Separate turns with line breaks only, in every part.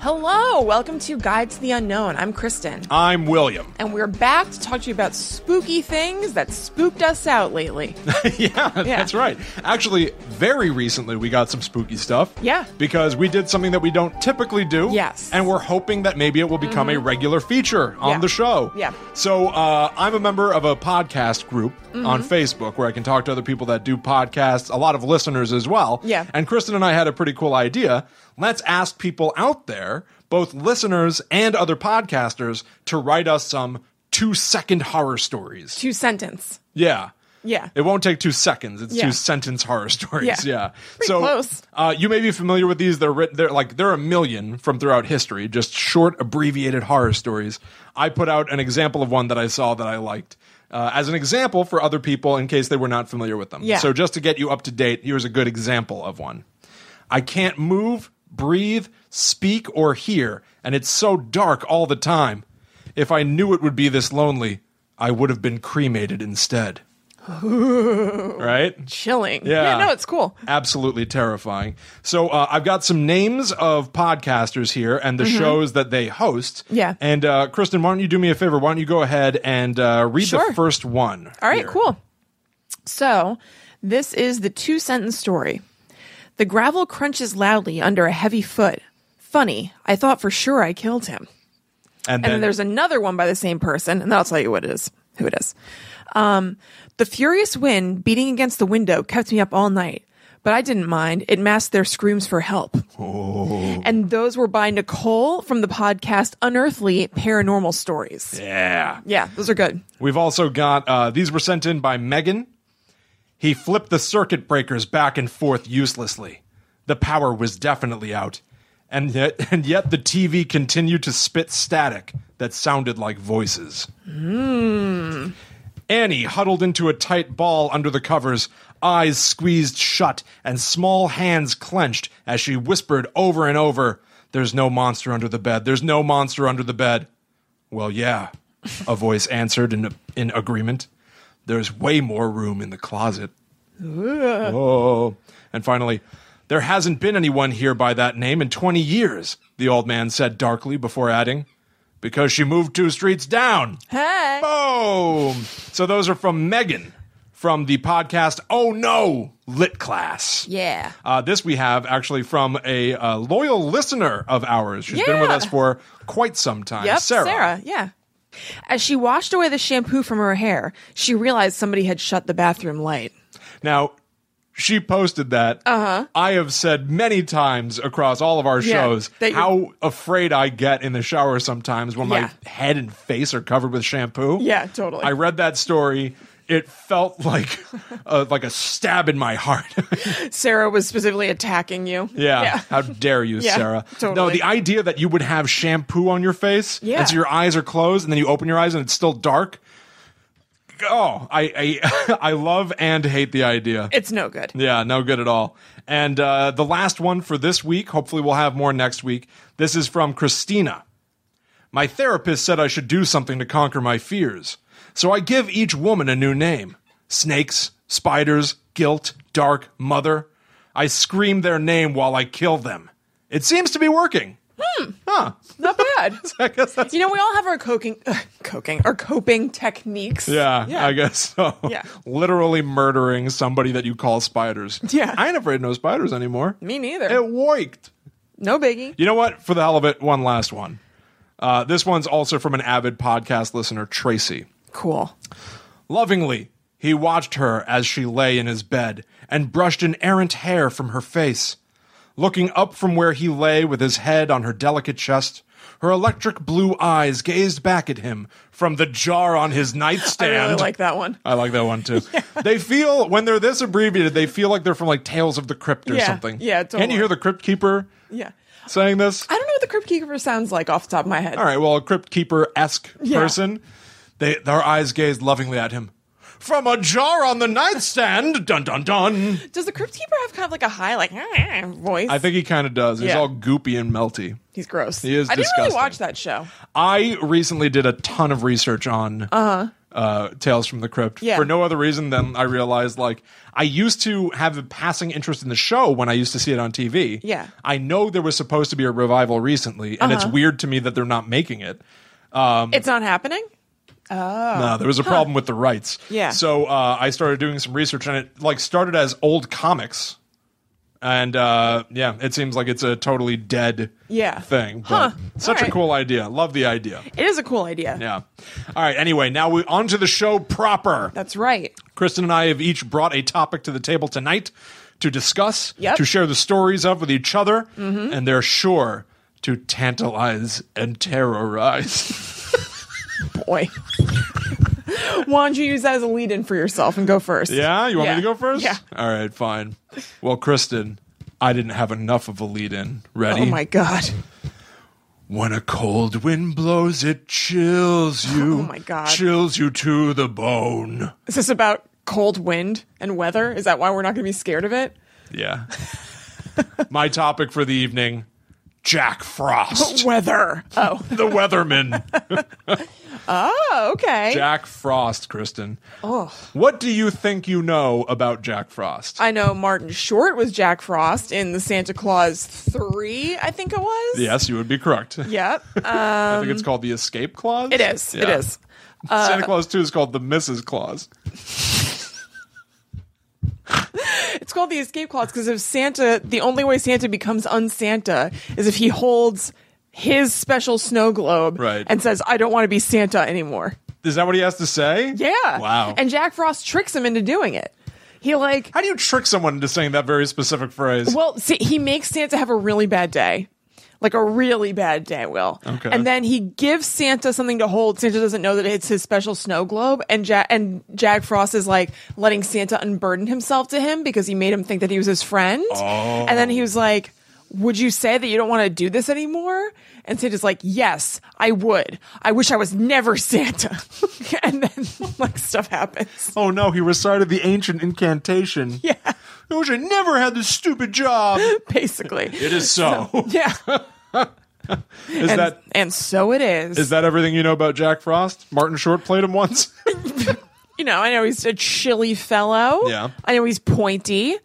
Hello, welcome to Guide to the Unknown. I'm Kristen,
I'm William.
and we're back to talk to you about spooky things that spooked us out lately.
yeah, that's right. Actually, very recently we got some spooky stuff.
Yeah.
Because we did something that we don't typically do.
Yes. Mm-hmm.
And we're hoping that maybe it will become a regular feature on
Yeah.
the show.
Yeah.
So uh, I'm a member of a podcast group
Mm-hmm.
on Facebook where I can talk to other people that do podcasts, a lot of listeners as well.
Yeah.
And Kristen and I had a pretty cool idea. Let's ask people out there, both listeners and other podcasters, to write us some two second horror stories.
Two sentence.
Yeah.
Yeah.
It won't take two seconds. It's
Yeah.
two sentence horror stories.
Yeah.
Yeah.
Pretty
so
close.
Uh, you may be familiar with these. They're writ- they're like there are a million from throughout history, just short abbreviated horror stories. I put out an example of one that I saw that I liked. Uh, as an example for other people in case they were not familiar with them.
Yeah.
So just to get you up to date, here's a good example of one. I can't move, breathe, speak, or hear, and it's so dark all the time. If I knew it would be this lonely, I would have been cremated instead. right?
Chilling.
Yeah.
no, it's cool.
Absolutely terrifying. So uh, I've got some names of podcasters here and the shows that they host.
Mm-hmm. Yeah.
And uh, Kristen, why don't you do me a favor? Why don't you go ahead and uh, read
Sure.
the first one?
All right,
here.
cool. So, this is the two sentence story. The gravel crunches loudly under a heavy foot. Funny, I thought for sure I killed him.
And,
And
then
then there's another one by the same person, and I'll tell you what it is, who it is. Um, the furious wind beating against the window kept me up all night, but I didn't mind. It masked their screams for help. And those were by Nicole from the podcast Unearthly Paranormal Stories. Yeah,
yeah.
those are good.
We've also got uh, these were sent in by Megan. He flipped the circuit breakers back and forth uselessly. The power was definitely out, and yet, and yet the TV continued to spit static that sounded like voices. Hmm. Annie huddled into a tight ball under the covers, eyes squeezed shut and small hands clenched as she whispered over and over, There's no monster under the bed. There's no monster under the bed. Well, yeah, a voice answered in, in agreement. There's way more room in the closet. Oh. And finally, there hasn't been anyone here by that name in 20 years, the old man said darkly before adding, because she moved two streets down.
Hey.
Boom! So those are from Megan from the podcast Oh No Lit Class.
Yeah.
Uh, this we have actually from a uh, loyal listener of ours. She's been with
Yeah.
us for quite some time.
Yep,
Sarah.
yeah. As she washed away the shampoo from her hair, she realized somebody had shut the bathroom light.
Now, she posted that. Uh-huh. I have said many times across all of our
Yeah,
shows
that you-
how afraid I get in the shower sometimes when
Yeah.
my head and face are covered with shampoo.
Yeah, totally.
I read that story. It felt like uh, like a stab in my heart.
Sarah was specifically attacking you.
Yeah. How dare you,
Yeah,
Sarah? No,
totally.
the idea that you would have shampoo on your face,
Yeah.
and so your eyes are closed, and then you open your eyes and it's still dark. Oh, I I, I love and hate the idea.
It's no good.
Yeah, no good at all. And uh, the last one for this week, hopefully we'll have more next week. This is from Christina. My therapist said I should do something to conquer my fears. So I give each woman a new name snakes, spiders, guilt, dark, mother. I scream their name while I kill them. It seems to be working.
Not bad.
I guess that's.
You know, we all have our coping, coping, our coping techniques.
Yeah,
yeah.
I guess so.
Yeah.
Literally murdering somebody that you call spiders.
Yeah.
I ain't afraid of no spiders anymore.
Me neither.
It worked.
no biggie.
You know what? For the hell of it, one last one. Uh, this one's also from an avid podcast listener, Tracy.
Cool.
Lovingly, he watched her as she lay in his bed and brushed an errant hair from her face. Looking up from where he lay with his head on her delicate chest, her electric blue eyes gazed back at him from the jar on his nightstand.
I really like that one.
I like that one too. They feel when they're this abbreviated, they feel like they're from like Tales of the Crypt or
Yeah,
something.
yeah,
Can
totally.
you hear the Crypt Keeper
Yeah.
saying this?
I don't know what the Crypt Keeper sounds like off the top of my head.
All right, well, a crypt keeper esque
Yeah.
person. They their eyes gazed lovingly at him. From a jar on the nightstand, dun dun dun.
Does the Crypt Keeper have kind of like a high, like, "Ah, voice?
I think he kind of does. He's
Yeah.
all goopy and melty.
he's gross.
He is
I didn't really
disgusting.
watch that show.
I recently did a ton of research on uh uh, Tales from the Crypt
Uh-huh. Yeah.
for no other reason than I realized like I used to have a passing interest in the show when I used to see it on TV.
Yeah. Uh-huh.
I know there was supposed to be a revival recently, and it's weird to me that they're not making it. Um,
It's not happening.
No, there was a problem with the rights.
Oh. Yeah.
So uh, I started doing some research, and it like started as old comics, and uh, yeah, it seems like it's a totally dead
Yeah.
thing. But
Huh.
Such
All
a
right.
cool idea. Love the idea.
It is a cool idea.
Yeah. All right. Anyway, now we on to the show proper.
That's right.
Kristen and I have each brought a topic to the table tonight to discuss,
Yep. Mm-hmm.
to share the stories of with each other, and they're sure to tantalize and terrorize.
Boy. Why don't you use that as a lead in for yourself and go first?
Yeah, you want
Yeah.
me to go first?
Yeah.
All right, fine. Well, Kristen, I didn't have enough of a lead in. Ready?
Oh my God.
When a cold wind blows, it chills you.
Oh my God.
Chills you to the bone.
Is this about cold wind and weather? Is that why we're not going to be scared of it?
Yeah. my topic for the evening Jack Frost,
Weather. Oh.
the weatherman.
Oh, okay.
Jack Frost, Kristen. Oh. What do you think you know about Jack Frost?
I know Martin Short was Jack Frost in the Santa Claus 3, I think it was.
yes, you would be correct.
Yep. Uh,
I think it's called the escape clause.
it is. It
Yeah.
is. Uh,
Santa Claus 2 is called the Mrs. Claus.
It's called the escape clause because if Santa, the only way Santa becomes unsanta is if he holds his special snow globe
Right.
and says, I don't want to be Santa anymore.
Is that what he has to say?
Yeah.
Wow.
And Jack Frost tricks him into doing it. He like
how do you trick someone into saying that very specific phrase?
well, see, he makes Santa have a really bad day. Like a really bad day, Will.
Okay.
And then he gives Santa something to hold. Santa doesn't know that it's his special snow globe, and Jack and Jack Frost is like letting Santa unburden himself to him because he made him think that he was his friend.
Oh.
And then he was like, "Would you say that you don't want to do this anymore?" And Santa's like, "Yes, I would. I wish I was never Santa." and then like stuff happens.
oh no, he recited the ancient incantation.
Yeah,
I wish I never had this stupid job.
basically.
It is so.
Yeah.
is
and,
that
and so it is.
is that everything you know about Jack Frost? Martin Short played him once.
you know, I know he's a chilly fellow.
Yeah.
I know he's pointy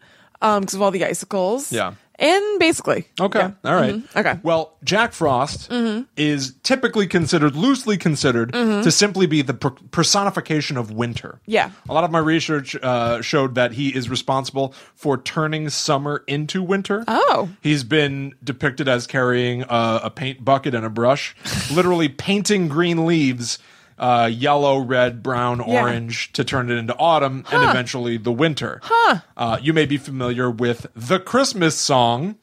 um because of all the icicles.
Yeah.
And basically.
Okay.
Yeah. Mm-hmm.
All right.
Okay. Mm-hmm.
Well, Jack Frost is typically considered, loosely considered, to simply be the per- personification of winter.
Yeah.
A lot of my research uh, showed that he is responsible for turning summer into winter.
Oh.
He's been depicted as carrying a, a paint bucket and a brush, literally painting green leaves. Uh, yellow, red, brown,
Yeah.
orange to turn it into autumn and eventually the winter. Huh. Uh, you may be familiar with the Christmas song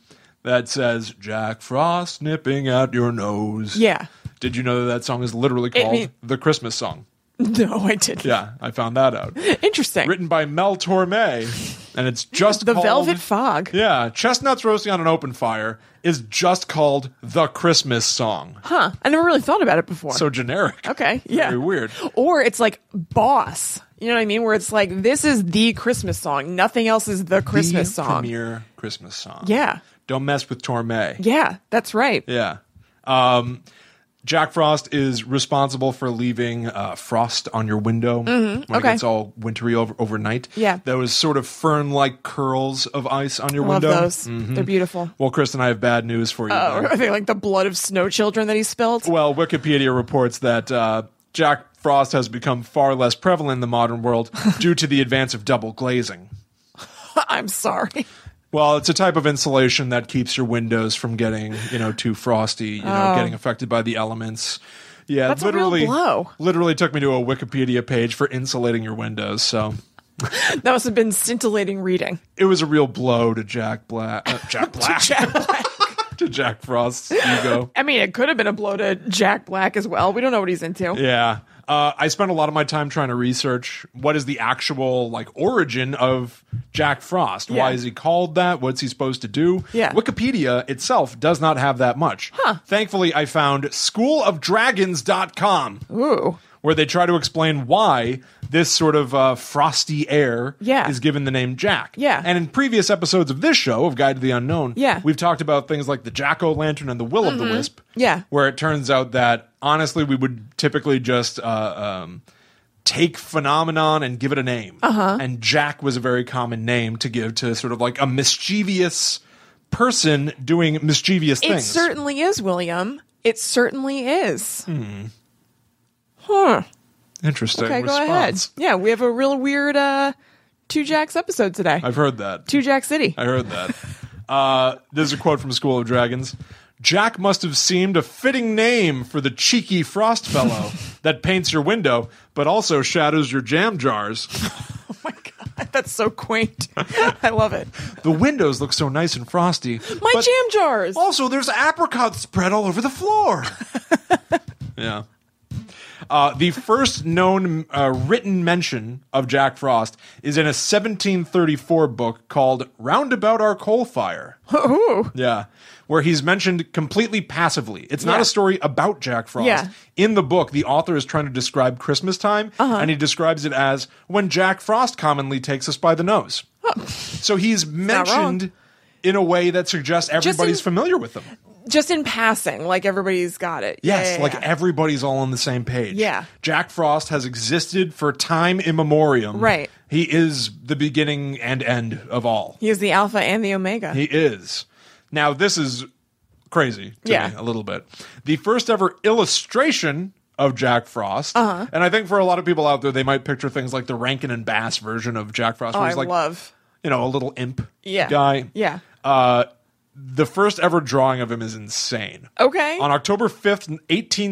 that says Jack Frost nipping out your nose.
Yeah.
Did you know that that song is literally called
mean-
the Christmas song?
No, I didn't.
Yeah, I found that out.
Interesting.
Written by Mel Torme, and it's just
the
called-
Velvet Fog.
Yeah, chestnuts roasting on an open fire is just called the Christmas song.
Huh. I never really thought about it before.
So generic.
okay. Yeah.
Very weird.
Or it's like boss. You know what I mean? Where it's like this is the Christmas song. Nothing else is the Christmas
The
song.
Premier Christmas song.
Yeah.
Don't mess with Torme.
Yeah, that's right.
Yeah. Um, Jack Frost is responsible for leaving uh, frost on your window when
Mm-hmm. okay.
it gets all wintry over- overnight.
Yeah.
Those sort of fern like curls of ice on your
Love
window. Mm. Mm-hmm.
those. They're beautiful.
Well, Kristen, I have bad news for you.
Oh,
there.
are they like the blood of snow children that he spilled?
Well, Wikipedia reports that uh, Jack Frost has become far less prevalent in the modern world due to the advance of double glazing.
I'm sorry.
Well, it's a type of insulation that keeps your windows from getting, you know, too frosty, you know, getting affected by the elements. Yeah,
Oh. That's a real
literally,
blow.
literally took me to a Wikipedia page for insulating your windows. So
That must have been scintillating reading.
it was a real blow to Jack Black, uh, Jack Black, to, Jack Frost's ego.
I mean, it could have been a blow to Jack Black as well. We don't know what he's into.
Yeah. Uh, I spent a lot of my time trying to research what is the actual like origin of Jack Frost. Why
Yeah.
is he called that? What's he supposed to do?
Yeah.
Wikipedia itself does not have that much. Huh. Thankfully, I found schoolofdragons.com
Ooh.
where they try to explain why this sort of uh, frosty air
Yeah.
is given the name Jack.
Yeah.
And in previous episodes of this show, of Guide to the Unknown,
Yeah. Mm-hmm.
we've talked about things like the Jack O' Lantern and the Will of the Wisp.
Yeah.
Where it turns out that honestly, we would typically just. Uh, um, take phenomenon and give it a name. Uh-huh. And Jack was a very common name to give to sort of like a mischievous person doing mischievous
It
things.
certainly is, William. It certainly is. Huh.
Interesting
Okay, go
response.
ahead. Yeah, we have a real weird uh, Two Jacks episode today.
I've heard that.
Two Jack City.
I heard that. Uh, there's a quote from School of Dragons. Jack must have seemed a fitting name for the cheeky frost fellow that paints your window, but also shadows your jam jars.
Oh my god, that's so quaint. I love it.
The windows look so nice and frosty.
My
but
jam jars.
Also, there's apricot spread all over the floor. yeah. Uh, the first known uh, written mention of Jack Frost is in a 1734 book called Roundabout Our Coal Fire.
Ooh.
Yeah. Where he's mentioned completely passively. It's not
Yeah.
a story about Jack Frost.
Yeah.
In the book, the author is trying to describe Christmas time,
Uh-huh.
and he describes it as when Jack Frost commonly takes us by the nose. So he's
wrong.
mentioned in a way that suggests everybody's familiar with them.
Just in passing, like everybody's got it. Yeah,
Yes,
yeah,
like e-
yeah.
everybody's all on the same page.
Yeah.
Jack Frost has existed for time immemorium.
Right.
He is the beginning and end of all.
he is the alpha and the omega.
He is. Now this is crazy to
Yeah.
me a little bit. The first ever illustration of Jack Frost, uh-huh. and I think for a lot of people out there, they might picture things like the Rankin and Bass version of Jack Frost,
oh,
where
I
he's like,
love.
you know, a little imp
Yeah.
guy.
Yeah.
Uh, the first ever drawing of him is insane.
Okay.
On October 5th,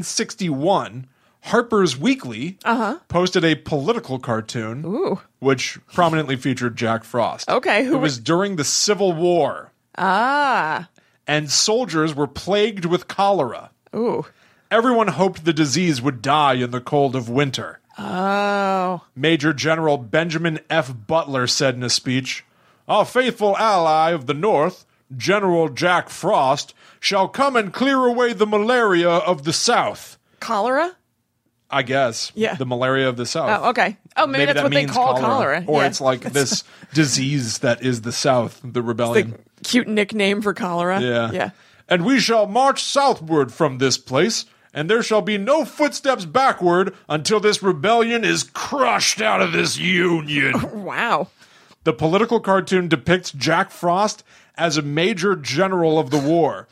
1861, Harper's Weekly
Uh-huh.
posted a political cartoon which prominently featured Jack Frost.
Okay, who
Who it
were-
was during the Civil War.
ah.
And soldiers were plagued with cholera.
Ooh.
Everyone hoped the disease would die in the cold of winter.
Oh.
Major General Benjamin F. Butler said in a speech Our faithful ally of the North, General Jack Frost, shall come and clear away the malaria of the South.
Cholera?
I guess.
Yeah.
The malaria of the South.
Oh, okay. Oh, maybe, that's
that
what they
means
call cholera.
Or
Yeah.
it's like this disease that is the South, the
the
rebellion.
cute nickname for cholera.
Yeah.
Yeah.
And we shall march southward from this place, and there shall be no footsteps backward until this rebellion is crushed out of this union.
Wow.
the political cartoon depicts Jack Frost as a major general of the war,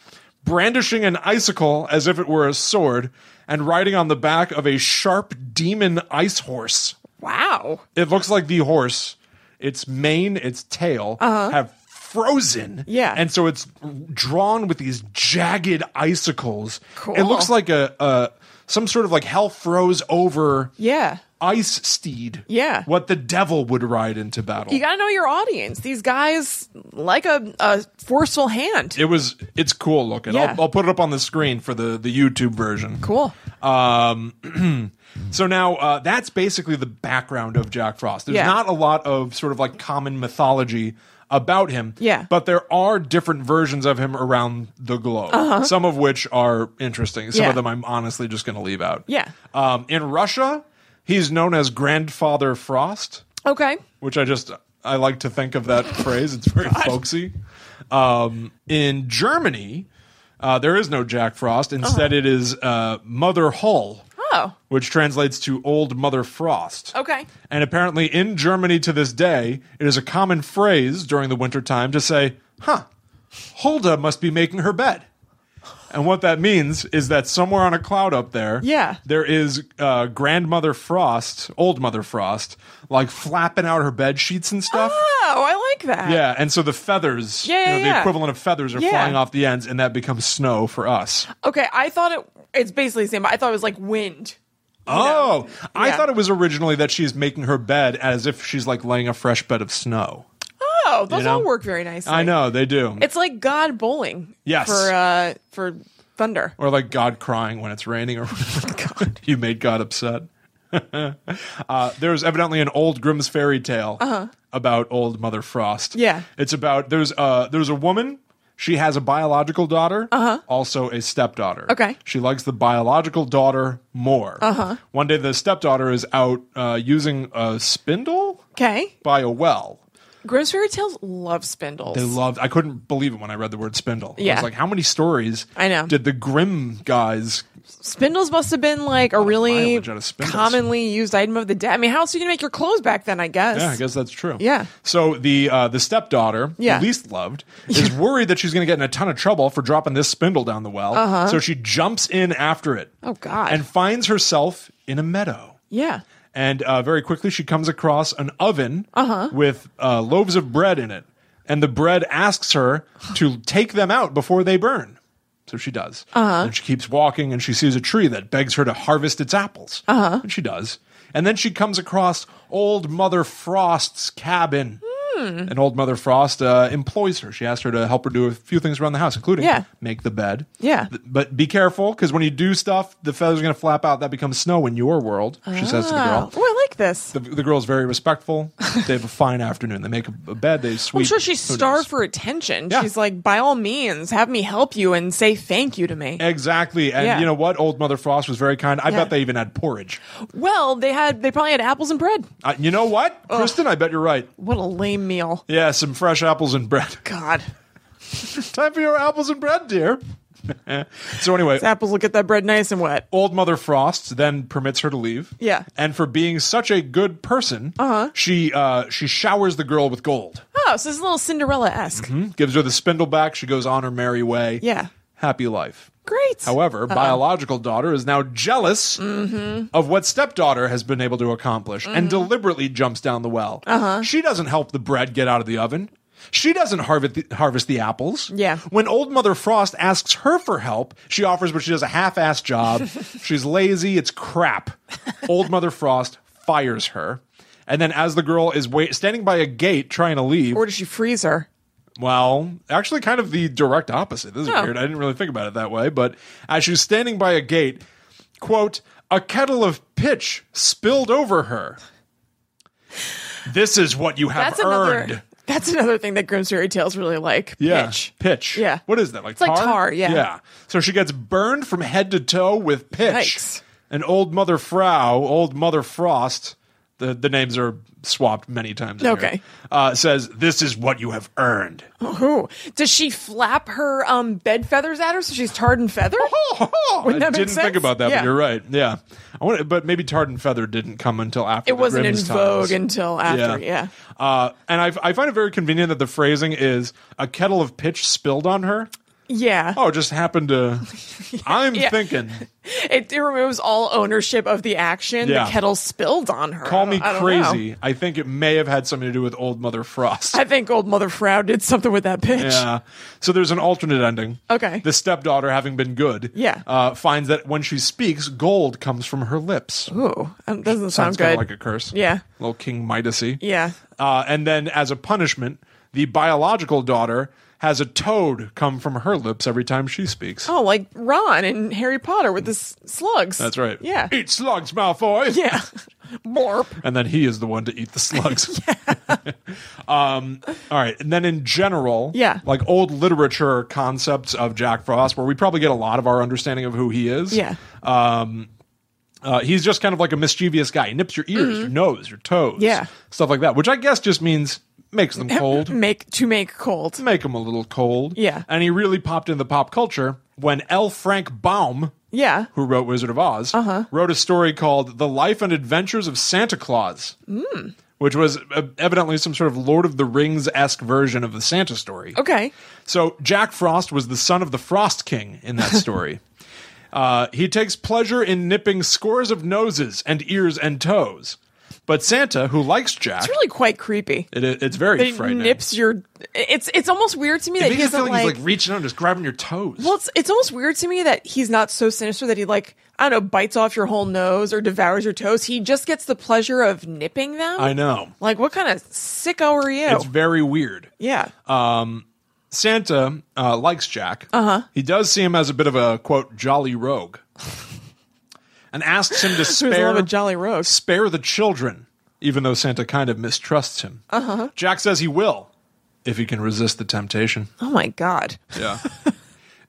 brandishing an icicle as if it were a sword, and riding on the back of a sharp demon ice horse.
Wow.
It looks like the horse, its mane, its tail have frozen.
Uh-huh. Yeah.
And so it's drawn with these jagged icicles.
Cool.
It looks like a, a some sort of like hell froze over
Yeah.
ice steed.
Yeah.
What the devil would ride into battle.
You got to know your audience. These guys like a, a forceful hand.
it was it's cool looking.
Yeah.
I'll, I'll put it up on the screen for the the YouTube version.
cool.
Um, So now uh, that's basically the background of Jack Frost. There's
Yeah.
not a lot of sort of like common mythology about him.
Yeah.
But there are different versions of him around the globe, some of which are interesting. Some
Uh-huh. Yeah.
of them I'm honestly just going to leave out.
Yeah.
Um, in Russia, he's known as Grandfather Frost,
Okay.
which I just. I like to think of that phrase. It's very folksy. Um, in Germany, uh, there is no Jack Frost. Instead, it is uh, Mother Hull
Oh.
which translates to Old Mother Frost.
Okay.
And apparently, in Germany to this day, it is a common phrase during the wintertime to say, huh, Hulda must be making her bed. And what that means is that somewhere on a cloud up there,
Yeah.
there is uh, grandmother Frost, old mother Frost, like flapping out her bed sheets and stuff.
Oh, I like that.
Yeah, and so the feathers,
Yeah, yeah,
you know, the
yeah.
equivalent of feathers, are
Yeah.
flying off the ends, and that becomes snow for us.
Okay. I thought it. It's basically the same. but I thought it was like wind.
Oh, I
Yeah.
thought it was originally that she's making her bed as if she's like laying a fresh bed of snow.
Oh, those
You know?
all work very nicely.
I know they do,
It's like God bowling.
Yes.
For uh for thunder.
or like God crying when it's raining, or God, you made God upset. uh, there's evidently an old Grimm's fairy tale about old Mother Frost.
Uh-huh. Yeah.
it's about there's uh there's a woman. She has a biological daughter, also a stepdaughter.
Uh-huh. Okay.
She likes the biological daughter more. Uh-huh. One day, the stepdaughter is out uh, using a spindle.
Okay.
by a well.
Grimm's fairy tales love spindles.
They loved. I couldn't believe it when I read the word spindle. I
Yeah.
was like, how many stories?
I know.
Did the Grimm guys?
spindles must have been like a really
mileage out of spindles.
commonly used item of the day. I mean, how else are you gonna make your clothes back then? I guess.
Yeah, I guess that's true.
Yeah.
So the uh, the stepdaughter,
Yeah.
the least loved, is worried that she's going to get in a ton of trouble for dropping this spindle down the well. Uh-huh. So she jumps in after it.
Oh, God.
And finds herself in a meadow.
Yeah.
And uh, very quickly, she comes across an oven with uh, loaves of bread in it. And the bread asks her to take them out before they burn. So she does. Uh-huh. And she keeps walking and she sees a tree that begs her to harvest its apples. Uh-huh. And she does. And then she comes across Old Mother Frost's cabin. And Old Mother Frost uh, employs her. She asks her to help her do a few things around the house, including
Yeah.
make the bed.
Yeah.
Th- But be careful because when you do stuff, the feathers are going to flap out. That becomes snow in your world, she says to the
Ah.
girl.
Oh, I like this.
The, the girl's very respectful. They have a fine afternoon. They make a, a bed. They sweep.
I'm sure she's
Who knows?
starved for attention.
Yeah.
She's like, by all means, have me help you and say thank you to me.
Exactly. And
Yeah.
you know what? Old Mother Frost was very kind. I
Yeah.
bet they even had porridge.
well, they had they probably had apples and bread.
Uh, you know what? Kristen, I bet you're right.
What a lame meal.
Yeah, some fresh apples and bread.
God.
Time for your apples and bread, dear. so, anyway,
The apples will get that bread nice and wet.
Old Mother Frost then permits her to leave.
Yeah.
And for being such a good person, uh-huh. she uh, she showers the girl with gold, Hmm?
Oh, so this is a little Cinderella esque.
gives her the spindle back. She goes on her merry way.
Yeah.
Happy life.
Great.
However, biological daughter is now jealous of what stepdaughter has been able to accomplish and deliberately jumps down the well. Uh-huh. She doesn't help the bread get out of the oven. She doesn't harvest the, harvest the apples.
Yeah.
When old Mother Frost asks her for help, she offers, but she does a half assed job. She's lazy. It's crap. Old Mother Frost fires her. And then, as the girl is wait- standing by a gate trying to leave,
or does she freeze her?
well, actually, kind of the direct opposite. This is
Oh.
weird. I didn't really think about it that way. But as she was standing by a gate, quote, a kettle of pitch spilled over her. This is what you have
That's
earned.
another. That's another thing that Grimm's fairy tales really like.
Yeah.
Pitch.
Pitch.
Yeah.
What is that? Like
like
tar?
tar, yeah.
Yeah. So she gets burned from head to toe with pitch.
Yikes.
And old Mother Frau, old Mother Frost, the, the names are swapped many times. in here,
Okay.
uh, says, This is what you have earned.
Ooh. Does she flap her um, bed feathers at her so she's tarred and feathered? Wouldn't
Oh, I
that make
didn't think
sense?
about that,
Yeah.
but you're right. Yeah, I want, but maybe Tarred and Feather didn't come until after.
It
the
wasn't in
Grimm's
vogue
times.
until after. Yeah.
Uh, and I, I find it very convenient that the phrasing is a kettle of pitch spilled on her.
Yeah.
Oh, it just happened to. I'm
Yeah.
thinking.
It, it removes all ownership of the action.
Yeah.
The kettle spilled on her.
Call
I
me
don't- I don't know.
crazy. I think it may have had something to do with Old Mother Frost.
I think old Mother Frau did something with that pitch.
Yeah. So there's an alternate ending.
Okay.
The stepdaughter, having been good,
Yeah.
uh, finds that when she speaks, gold comes from her lips.
Ooh, that doesn't sound
Sounds kind
good.
of like a curse.
Yeah.
Little King Midasy.
yeah.
Uh, and then, as a punishment, the biological daughter has a toad come from her lips every time she speaks.
Oh, like Ron and Harry Potter with the s- slugs.
That's right.
Yeah.
Eat slugs, Malfoy.
Yeah. Morp.
And then he is the one to eat the slugs. um, all right. And then, in general,
Yeah.
like old literature concepts of Jack Frost, where we probably get a lot of our understanding of who he is.
Yeah.
Uh, he's just kind of like a mischievous guy. He nips your ears, your nose, your toes.
Mm-hmm. Yeah.
Stuff like that, which I guess just means makes them cold.
Make to make cold.
make him a little cold.
Yeah.
And he really popped into pop culture when L. Frank Baum,
Yeah.
who wrote Wizard of Oz, wrote a story called The Life and Adventures of Santa Claus, which was uh, evidently some sort of Lord of the Rings esque version of the Santa story.
Okay.
So Jack Frost was the son of the Frost King in that story. uh, he takes pleasure in nipping scores of noses and ears and toes. But Santa, who likes Jack,
It's really quite creepy.
it, it's very
It
frightening.
nips your. It's it's almost weird to me that
Maybe I
he's
feel
not
like,
like.
he's like reaching out and just grabbing your toes.
well, it's, it's almost weird to me that he's not so sinister that he like I don't know bites off your whole nose or devours your toes. He just gets the pleasure of nipping them.
I know.
Like what kind of sicko are you?
It's very weird.
yeah.
Santa uh, likes Jack. Uh-huh. He does see him as a bit of a quote jolly rogue, and asks him to
Who's a
spare
little bit jolly rogue?
spare the children, even though Santa kind of mistrusts him. Uh-huh. Jack says he will if he can resist the temptation.
Oh my god.
Yeah.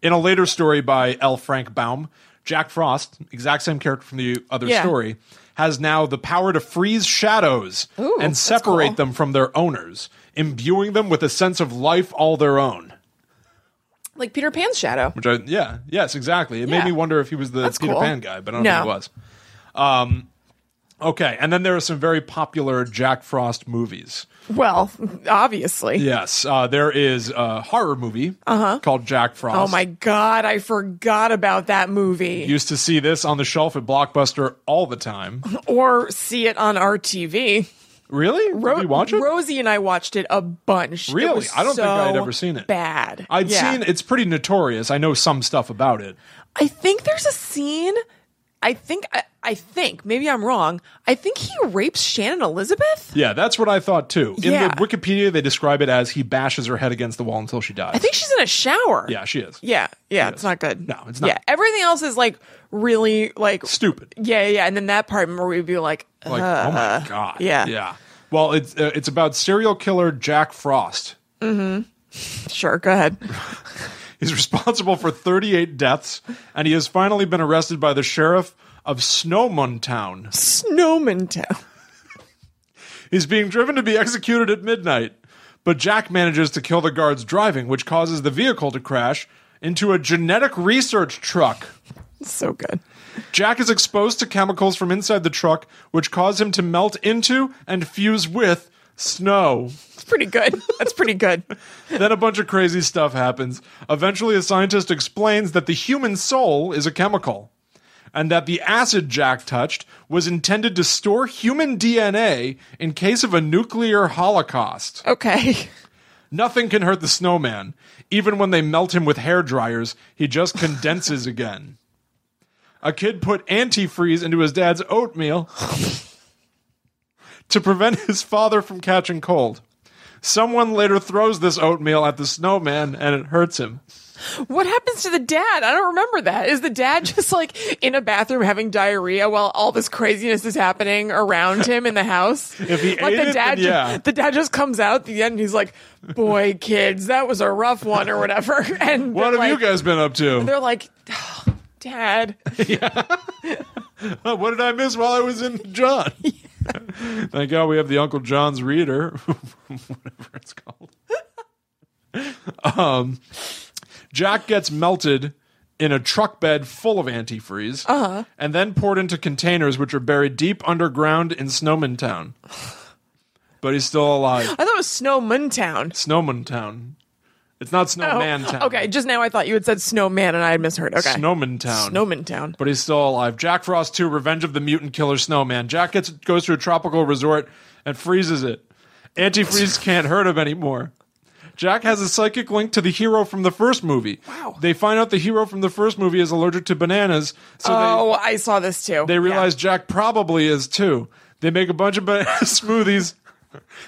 In a later story by L. Frank Baum, Jack Frost, exact same character from the other
Yeah.
story, has now the power to freeze shadows
Ooh,
and
that's
separate
cool.
them from their owners, imbuing them with a sense of life all their own.
Like Peter Pan's shadow.
Which I, yeah, yes, exactly. It
Yeah.
made me wonder if he was the
That's
Peter
cool.
Pan guy, but I don't
No.
think he was. Um, okay, and then there are some very popular Jack Frost movies.
Well, obviously.
Yes, uh, there is a horror movie called Jack Frost.
Uh-huh. Oh my god, I forgot about that movie.
Used to see this on the shelf at Blockbuster all the time.
or see it on our TV.
Really?
Ro-
Did we watch it?
Rosie and I watched it a bunch. It
Really?
was
I don't think I had
so
ever seen it.
Bad.
I'd
Yeah.
seen it's pretty notorious. I know some stuff about it.
I think there's a scene. I think. I, I think. Maybe I'm wrong. I think he rapes Shannon Elizabeth.
Yeah, that's what I thought too. In
Yeah.
the Wikipedia, they describe it as he bashes her head against the wall until she dies.
I think she's in a shower.
yeah, she is.
Yeah. Yeah. It's not good.
No, it's not.
Yeah. Everything else is like really like.
Stupid.
Yeah. Yeah. And then that part where we'd be like,
Like,
uh,
oh my god.
yeah.
Yeah. Well, it's uh, it's about serial killer Jack Frost.
sure, go ahead.
He's responsible for 38 deaths, and he has finally been arrested by the sheriff of Snowman Town.
Snowman town.
He's being driven to be executed at midnight, but Jack manages to kill the guards driving, which causes the vehicle to crash into a genetic research truck.
So good.
Jack is exposed to chemicals from inside the truck, which cause him to melt into and fuse with snow.
It's pretty good. That's pretty good.
then a bunch of crazy stuff happens. Eventually, a scientist explains that the human soul is a chemical. And that the acid Jack touched was intended to store human DNA in case of a nuclear holocaust.
Okay.
Nothing can hurt the snowman. Even when they melt him with hair dryers, he just condenses again. A kid put antifreeze into his dad's oatmeal to prevent his father from catching cold. Someone later throws this oatmeal at the snowman and it hurts him.
What happens to the dad? I don't remember that. Is the dad just like in a bathroom having diarrhea while all this craziness is happening around him in the house?
If he
like
ate it,
the dad,
then yeah.
ju- the dad just comes out at the end and he's like, "Boy, kids, that was a rough one or whatever." And
What
they're
have
like,
you guys been up to?
They're like, "Oh, "Dad,
What did I miss while I was in John? Thank God we have the Uncle John's reader, whatever it's called. um, Jack gets melted in a truck bed full of antifreeze
Uh-huh.
and then poured into containers which are buried deep underground in Snowman Town. But he's still alive.
I thought it was Snowman Town."
Snowman Town. It's not Snowman Town.
Oh, okay. Just now, I thought you had said Snowman, and I had misheard. Okay,
Snowman Town.
Snowman Town.
but he's still alive. Jack Frost 2, Revenge of the Mutant Killer Snowman. Jack gets, goes to a tropical resort and freezes it. Antifreeze can't hurt him anymore. Jack has a psychic link to the hero from the first movie.
Wow.
They find out the hero from the first movie is allergic to bananas, so
Oh, I saw this too.
they, they realize Jack probably is too. They make a bunch of banana smoothies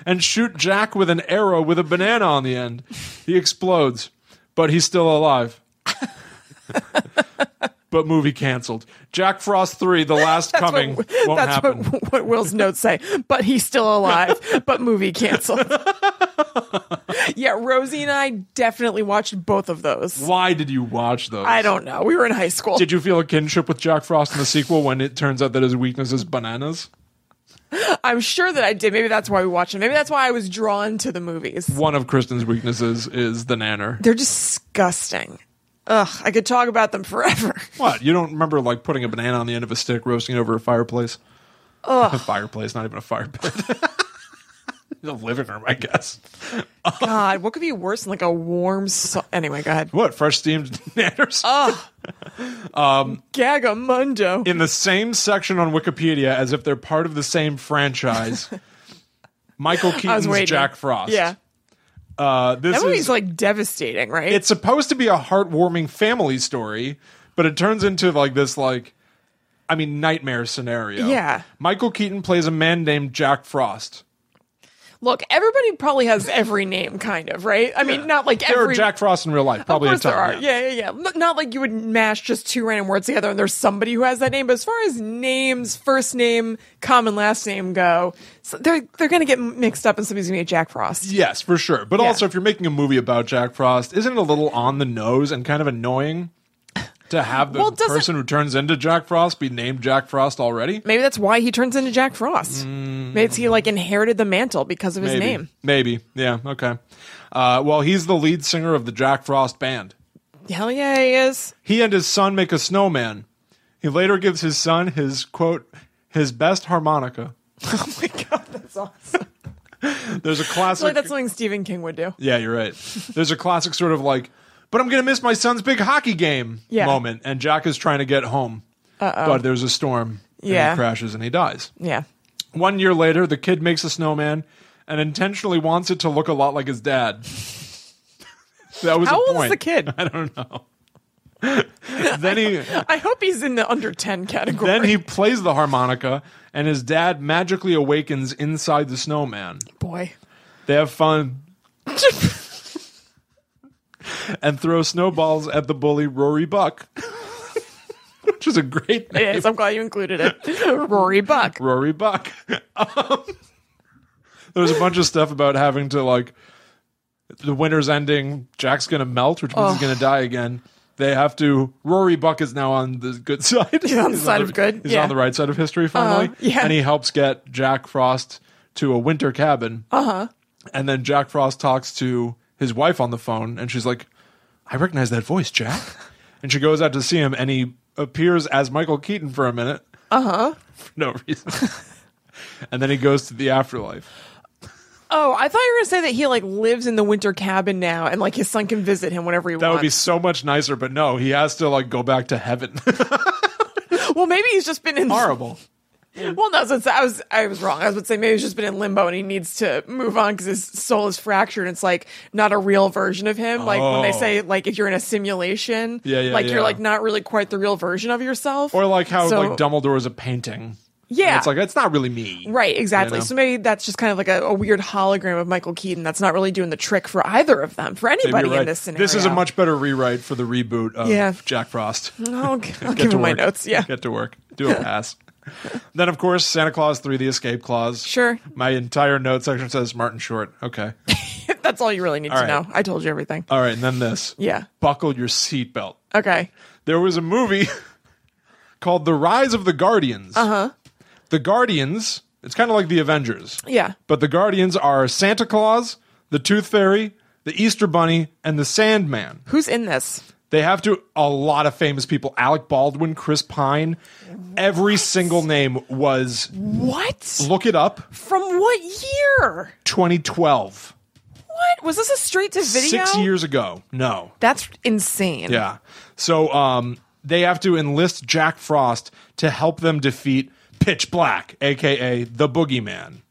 and shoot Jack with an arrow with a banana on the end. He explodes, but he's still alive. but movie canceled. Jack Frost 3, The Last Coming,
what,
won't
that's
happen.
what what Will's notes say. But he's still alive. but movie canceled. yeah, Rosie and I definitely watched both of those.
Why did you watch those?
I don't know. We were in high school.
Did you feel a kinship with Jack Frost in the sequel when it turns out that his weakness is bananas?
I'm sure that I did. Maybe that's why we watched them. Maybe that's why I was drawn to the movies.
One of Kristen's weaknesses is the nanner.
They're disgusting. Ugh, I could talk about them forever.
What? You don't remember like putting a banana on the end of a stick, roasting it over a fireplace? A fireplace, not even a fire pit. a living room, I guess.
God, what could be worse than like a warm? So- anyway, go ahead.
What? Fresh steamed nanners?
Um. Gagamundo.
in the same section on Wikipedia as if they're part of the same franchise. Michael
I was
Keaton's
waiting.
Jack Frost.
Yeah,
Uh, this
that
is.
movie's like devastating, right?
it's supposed to be a heartwarming family story, but it turns into like this like I mean nightmare scenario.
Yeah.
Michael Keaton plays a man named Jack Frost.
Look, everybody probably has every name, kind of, right? I mean, not like
There
every.
are Jack Frost in real life, probably
of course
a ton.
there are. Yeah,
yeah.
yeah, yeah. Not- Not like you would mash just two random words together and there's somebody who has that name. But as far as names, first name, common last name go, so they're they're gonna get mixed up and somebody's gonna be a Jack Frost.
Yes, for sure. But
Yeah.
also, if you're making a movie about Jack Frost, isn't it a little on the nose and kind of annoying? to have the
Well, doesn't-
person who turns into Jack Frost be named Jack Frost already?
Maybe that's why he turns into Jack Frost. Maybe it's he like inherited the mantle because of his
Mm. Maybe.
name.
Maybe. Yeah. Okay. Uh, well, he's the lead singer of the Jack Frost band.
Hell yeah, he is.
He and his son make a snowman. He later gives his son his quote his best harmonica.
Oh my god, that's awesome.
There's a classic.
like that's something Stephen King would do.
yeah, you're right. There's a classic sort of like, but I'm gonna miss my son's big hockey game
Yeah.
moment, and Jack is trying to get home, uh but there's a storm. and
Yeah.
he crashes and he dies.
Yeah.
One year later, the kid makes a snowman and intentionally wants it to look a lot like his dad. that was
How
a
old
point.
is the kid?
I don't know. then he
I hope he's in the under ten category.
then he plays the harmonica and his dad magically awakens inside the snowman.
boy.
They have fun and throw snowballs at the bully Rory Buck. Which is a great name.
Yes, I'm glad you included it. Rory Buck.
Rory Buck. um, there was a bunch of stuff about having to like the winter's ending. Jack's gonna melt, which means he's gonna die again. They have to. Rory Buck is now on the good side. He's
on the side of good,
He's
yeah.
on the right side of history finally.
Uh, yeah.
And he helps get Jack Frost to a winter cabin. Uh
Uh-huh.
huh. And then Jack Frost talks to his wife on the phone, and she's like, "I recognize that voice, Jack." and she goes out to see him, and he appears as Michael Keaton for a minute. Uh
Uh-huh.
huh. For no reason. and then he goes to the afterlife.
Oh, I thought you were gonna say that he like lives in the winter cabin now, and like his son can visit him whenever he
That would be
wants.
so much nicer, but no, he has to like go back to heaven.
well, maybe he's just been in.
Horrible.
Well, no, since I was I was wrong. I was about to say maybe he's just been in limbo and he needs to move on because his soul is fractured. and It's like not a real version of him. Like when they
Oh.
say like if you're in a simulation,
Yeah, yeah,
like
yeah.
you're like not really quite the real version of yourself.
Or like how
So-
like Dumbledore is a painting.
yeah,
And it's like it's not really me.
Right, exactly.
You know?
So maybe that's just kind of like a, a weird hologram of Michael Keaton that's not really doing the trick for either of them, for
Maybe
anybody
you're right.
in this scenario.
is a much better rewrite for the reboot of
Yeah.
Jack Frost.
I'll, g- I'll
Get
give
to
him my
work.
notes. Yeah.
Get to work. Do a pass. then, of course, Santa Claus 3, the escape clause.
Sure.
My entire note section says Martin Short. Okay.
that's all you really need to
right.
know. I told you everything.
All right. And then this.
Yeah.
Buckle your seatbelt.
Okay.
There was a movie called The Rise of the Guardians. Uh
Uh-huh.
huh. The Guardians, it's kind of like the Avengers.
Yeah.
But the Guardians are Santa Claus, the Tooth Fairy, the Easter Bunny, and the Sandman.
Who's in this?
They have to a lot of famous people. Alec Baldwin, Chris Pine. Every single name was
What?
look it up.
From what year?
2012.
What? Was this a straight to video?
Six years ago. No.
That's insane.
Yeah. So um they have to enlist Jack Frost to help them defeat Pitch Black, aka the Boogeyman.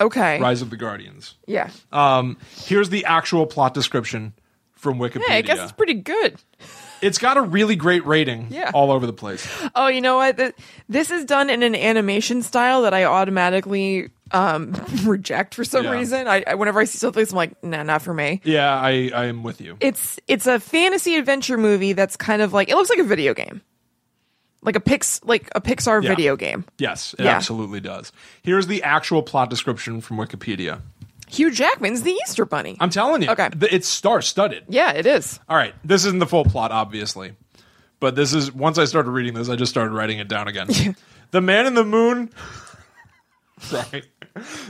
Okay.
Rise of the Guardians.
Yeah.
Um here's the actual plot description from Wikipedia.
yeah, I guess it's pretty good.
it's got a really great rating
Yeah.
all over the place.
Oh, you know what? Th- This is done in an animation style that I automatically um, reject for some
Yeah.
reason. I, I whenever I see something, I'm like, nah, not for me.
Yeah, I I am with you.
It's it's a fantasy adventure movie that's kind of like it looks like a video game, like a pix like a Pixar
Yeah.
video game.
Yes, it
Yeah.
absolutely does. Here's the actual plot description from Wikipedia.
Hugh Jackman's the Easter Bunny.
I'm telling you.
Okay.
th- it's star studded.
yeah, it is.
All right, this isn't the full plot, obviously, but this is once I started reading this, I just started writing it down again. the man in the moon. Sorry.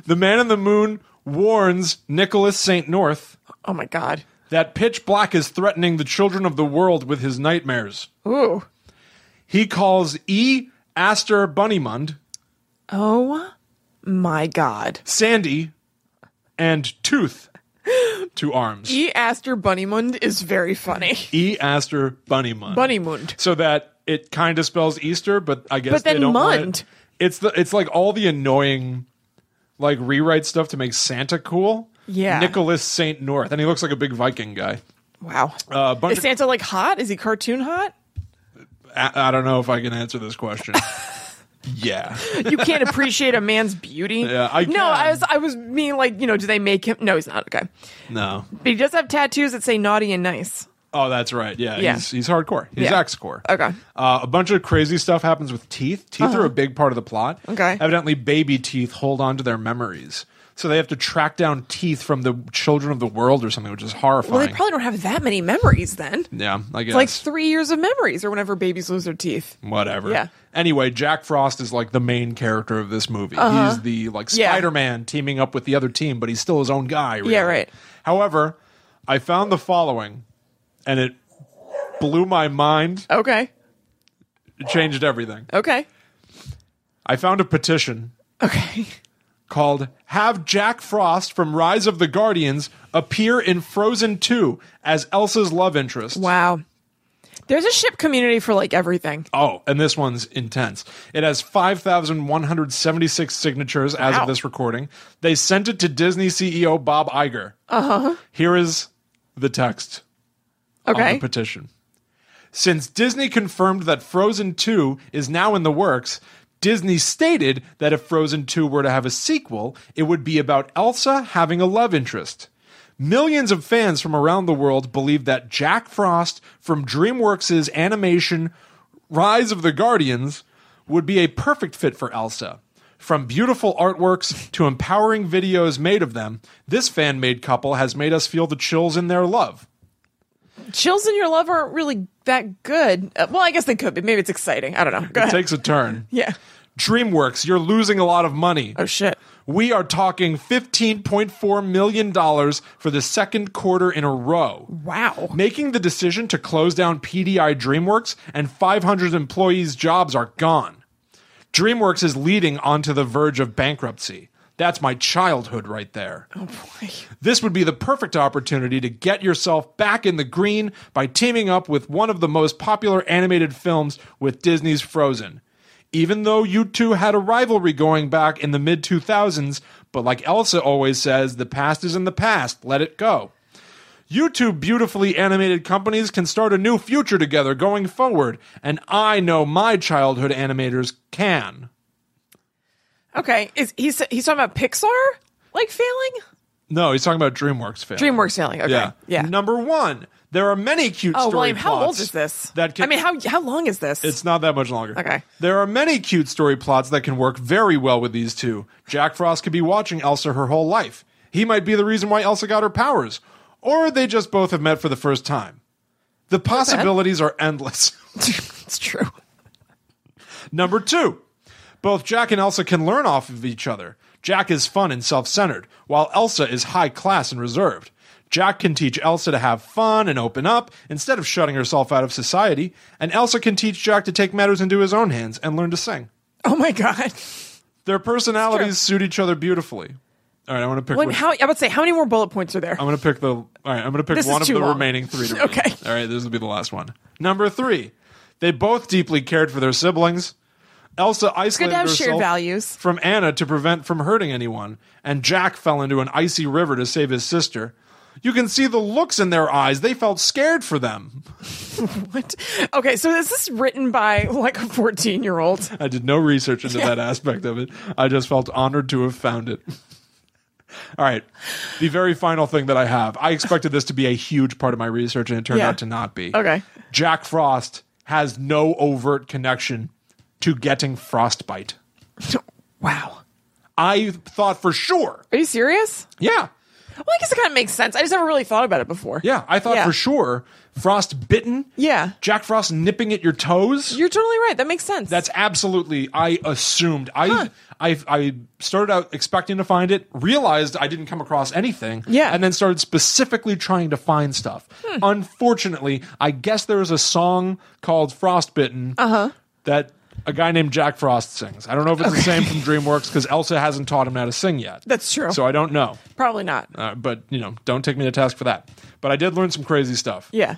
The man in the moon warns Nicholas St. North
Oh my god.
that Pitch Black is threatening the children of the world with his nightmares.
Ooh.
He calls E. Aster Bunnymund,
Oh my god.
Sandy, and Tooth to arms.
E. Aster Bunnymund is very funny.
E. Aster Bunnymund.
Bunnymund.
so that it kind of spells Easter, but I guess
But
they
then
don't want
Mund.
it. It's the it's like all the annoying like rewrite stuff to make Santa cool.
Yeah.
Nicholas Saint North, and he looks like a big Viking guy.
Wow.
Uh, bunch
is Santa like hot? Is he cartoon hot?
I, I don't know if I can answer this question. yeah,
you can't appreciate a man's beauty.
Yeah, I
no, I
can.
was I was mean like you know, do they make him? No, he's not okay.
no.
But he does have tattoos that say naughty and nice.
Oh, that's right. Yeah,
Yeah.
he's he's hardcore. He's
Yeah.
X-core.
Okay. Uh-huh.
Uh, a bunch of crazy stuff happens with teeth. Teeth are a big part of the plot.
Okay.
Evidently, baby teeth hold on to their memories. So they have to track down teeth from the children of the world or something, which is horrifying.
Well, they probably don't have that many memories then.
yeah, I guess.
It's like three years of memories or whenever babies lose their teeth.
whatever.
Yeah.
Anyway, Jack Frost is like the main character of this movie. He's the like
Uh-huh. Yeah.
Spider-Man teaming up with the other team, but he's still his own guy. Really.
Yeah, right.
However, I found the following, and it blew my mind.
Okay.
It changed everything.
Okay.
I found a petition
Okay.
called "Have Jack Frost from Rise of the Guardians appear in Frozen 2 as Elsa's love interest."
Wow. There's a ship community for like everything.
Oh, and this one's intense. It has 5,176 signatures as
Wow.
of this recording. They sent it to Disney CEO Bob Iger. Uh huh.
Uh-huh.
Here is the text on
Okay.
the petition. Since Disney confirmed that Frozen 2 is now in the works, Disney stated that if Frozen 2 were to have a sequel, it would be about Elsa having a love interest. Millions of fans from around the world believe that Jack Frost from DreamWorks' animation Rise of the Guardians would be a perfect fit for Elsa. From beautiful artworks to empowering videos made of them, this fan made couple has made us feel the chills in their love.
Chills in your love aren't really that good. Uh, well, I guess they could be. Maybe it's exciting. I don't know. Go
It
ahead.
takes a turn.
yeah.
DreamWorks, you're losing a lot of money.
Oh shit.
We are talking $15.4 million for the second quarter in a row.
Wow.
Making the decision to close down PDI DreamWorks and 500 employees' jobs are gone. DreamWorks is leading onto the verge of bankruptcy. That's my childhood right there.
Oh boy.
This would be the perfect opportunity to get yourself back in the green by teaming up with one of the most popular animated films with Disney's Frozen. Even though you two had a rivalry going back in the mid 2000s, but like Elsa always says, the past is in the past, let it go. You two beautifully animated companies can start a new future together going forward, and I know my childhood animators can.
Okay. Is he's he's talking about Pixar like failing?
No, he's talking about DreamWorks fans.
DreamWorks failing. Okay. Yeah.
Number one, there are many cute
oh,
story
William,
plots.
how old is this?
That can,
I mean, how how long is this?
it's not that much longer.
Okay.
There are many cute story plots that can work very well with these two. Jack Frost could be watching Elsa her whole life. He might be the reason why Elsa got her powers, or they just both have met for the first time. The possibilities are endless.
it's true.
Number two, both Jack and Elsa can learn off of each other. Jack is fun and self centered, while Elsa is high class and reserved. Jack can teach Elsa to have fun and open up instead of shutting herself out of society, and Elsa can teach Jack to take matters into his own hands and learn to sing.
Oh my god.
Their personalities suit each other beautifully. All right, I'm gonna pick.
When
which-
how I would say how many more bullet points are there?
I'm gonna pick the. All right, I'm gonna pick
This is
one of
too
the
long.
remaining three. To read.
Okay.
All right, this will be the last one. Number three, they both deeply cared for their siblings. Elsa isolated
have
herself
shared values.
from Anna to prevent from hurting anyone, and Jack fell into an icy river to save his sister. You can see the looks in their eyes. They felt scared for them.
What? Okay, so is this written by like a 14 year old?
I did no research into that aspect of it. I just felt honored to have found it. All right. The very final thing that I have. I expected this to be a huge part of my research, and it turned
Yeah.
out to not be.
Okay.
Jack Frost has no overt connection to getting frostbite.
Wow.
I thought for sure.
Are you serious?
Yeah.
Well, I guess it kind of makes sense. I just never really thought about it before.
Yeah. I thought
Yeah.
for sure frost bitten.
Yeah.
Jack Frost nipping at your toes.
You're totally right. That makes sense.
That's absolutely. I assumed. I I I started out expecting to find it, realized I didn't come across anything,
Yeah. Hmm.
and then started specifically trying to find stuff. Unfortunately, I guess there is a song called "Frostbitten" uh-huh. that a guy named Jack Frost sings. I don't know if it's the same from DreamWorks because Elsa hasn't taught him how to sing yet.
That's true.
So I don't know.
probably not.
Uh, but you know, don't take me to task for that. But I did learn some crazy stuff
Yeah.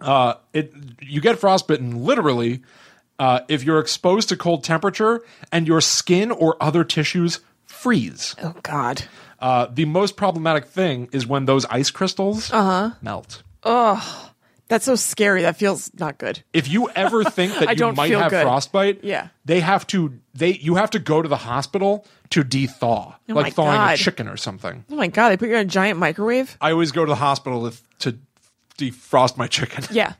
uh, it you get frostbitten literally uh, if you're exposed to cold temperature and your skin or other tissues freeze.
Oh God.
Uh, the most problematic thing is when those ice crystals
Uh-huh.
uh melt.
That's so scary. That feels not good.
If you ever think that
I
you
don't
might
feel
have
good.
frostbite,
Yeah.
they have to they you have to go to the hospital to de-thaw,
Oh my
like thawing a
God.
chicken or something.
Oh my God. They put you in a giant microwave.
I always go to the hospital to, to defrost my chicken.
Yeah.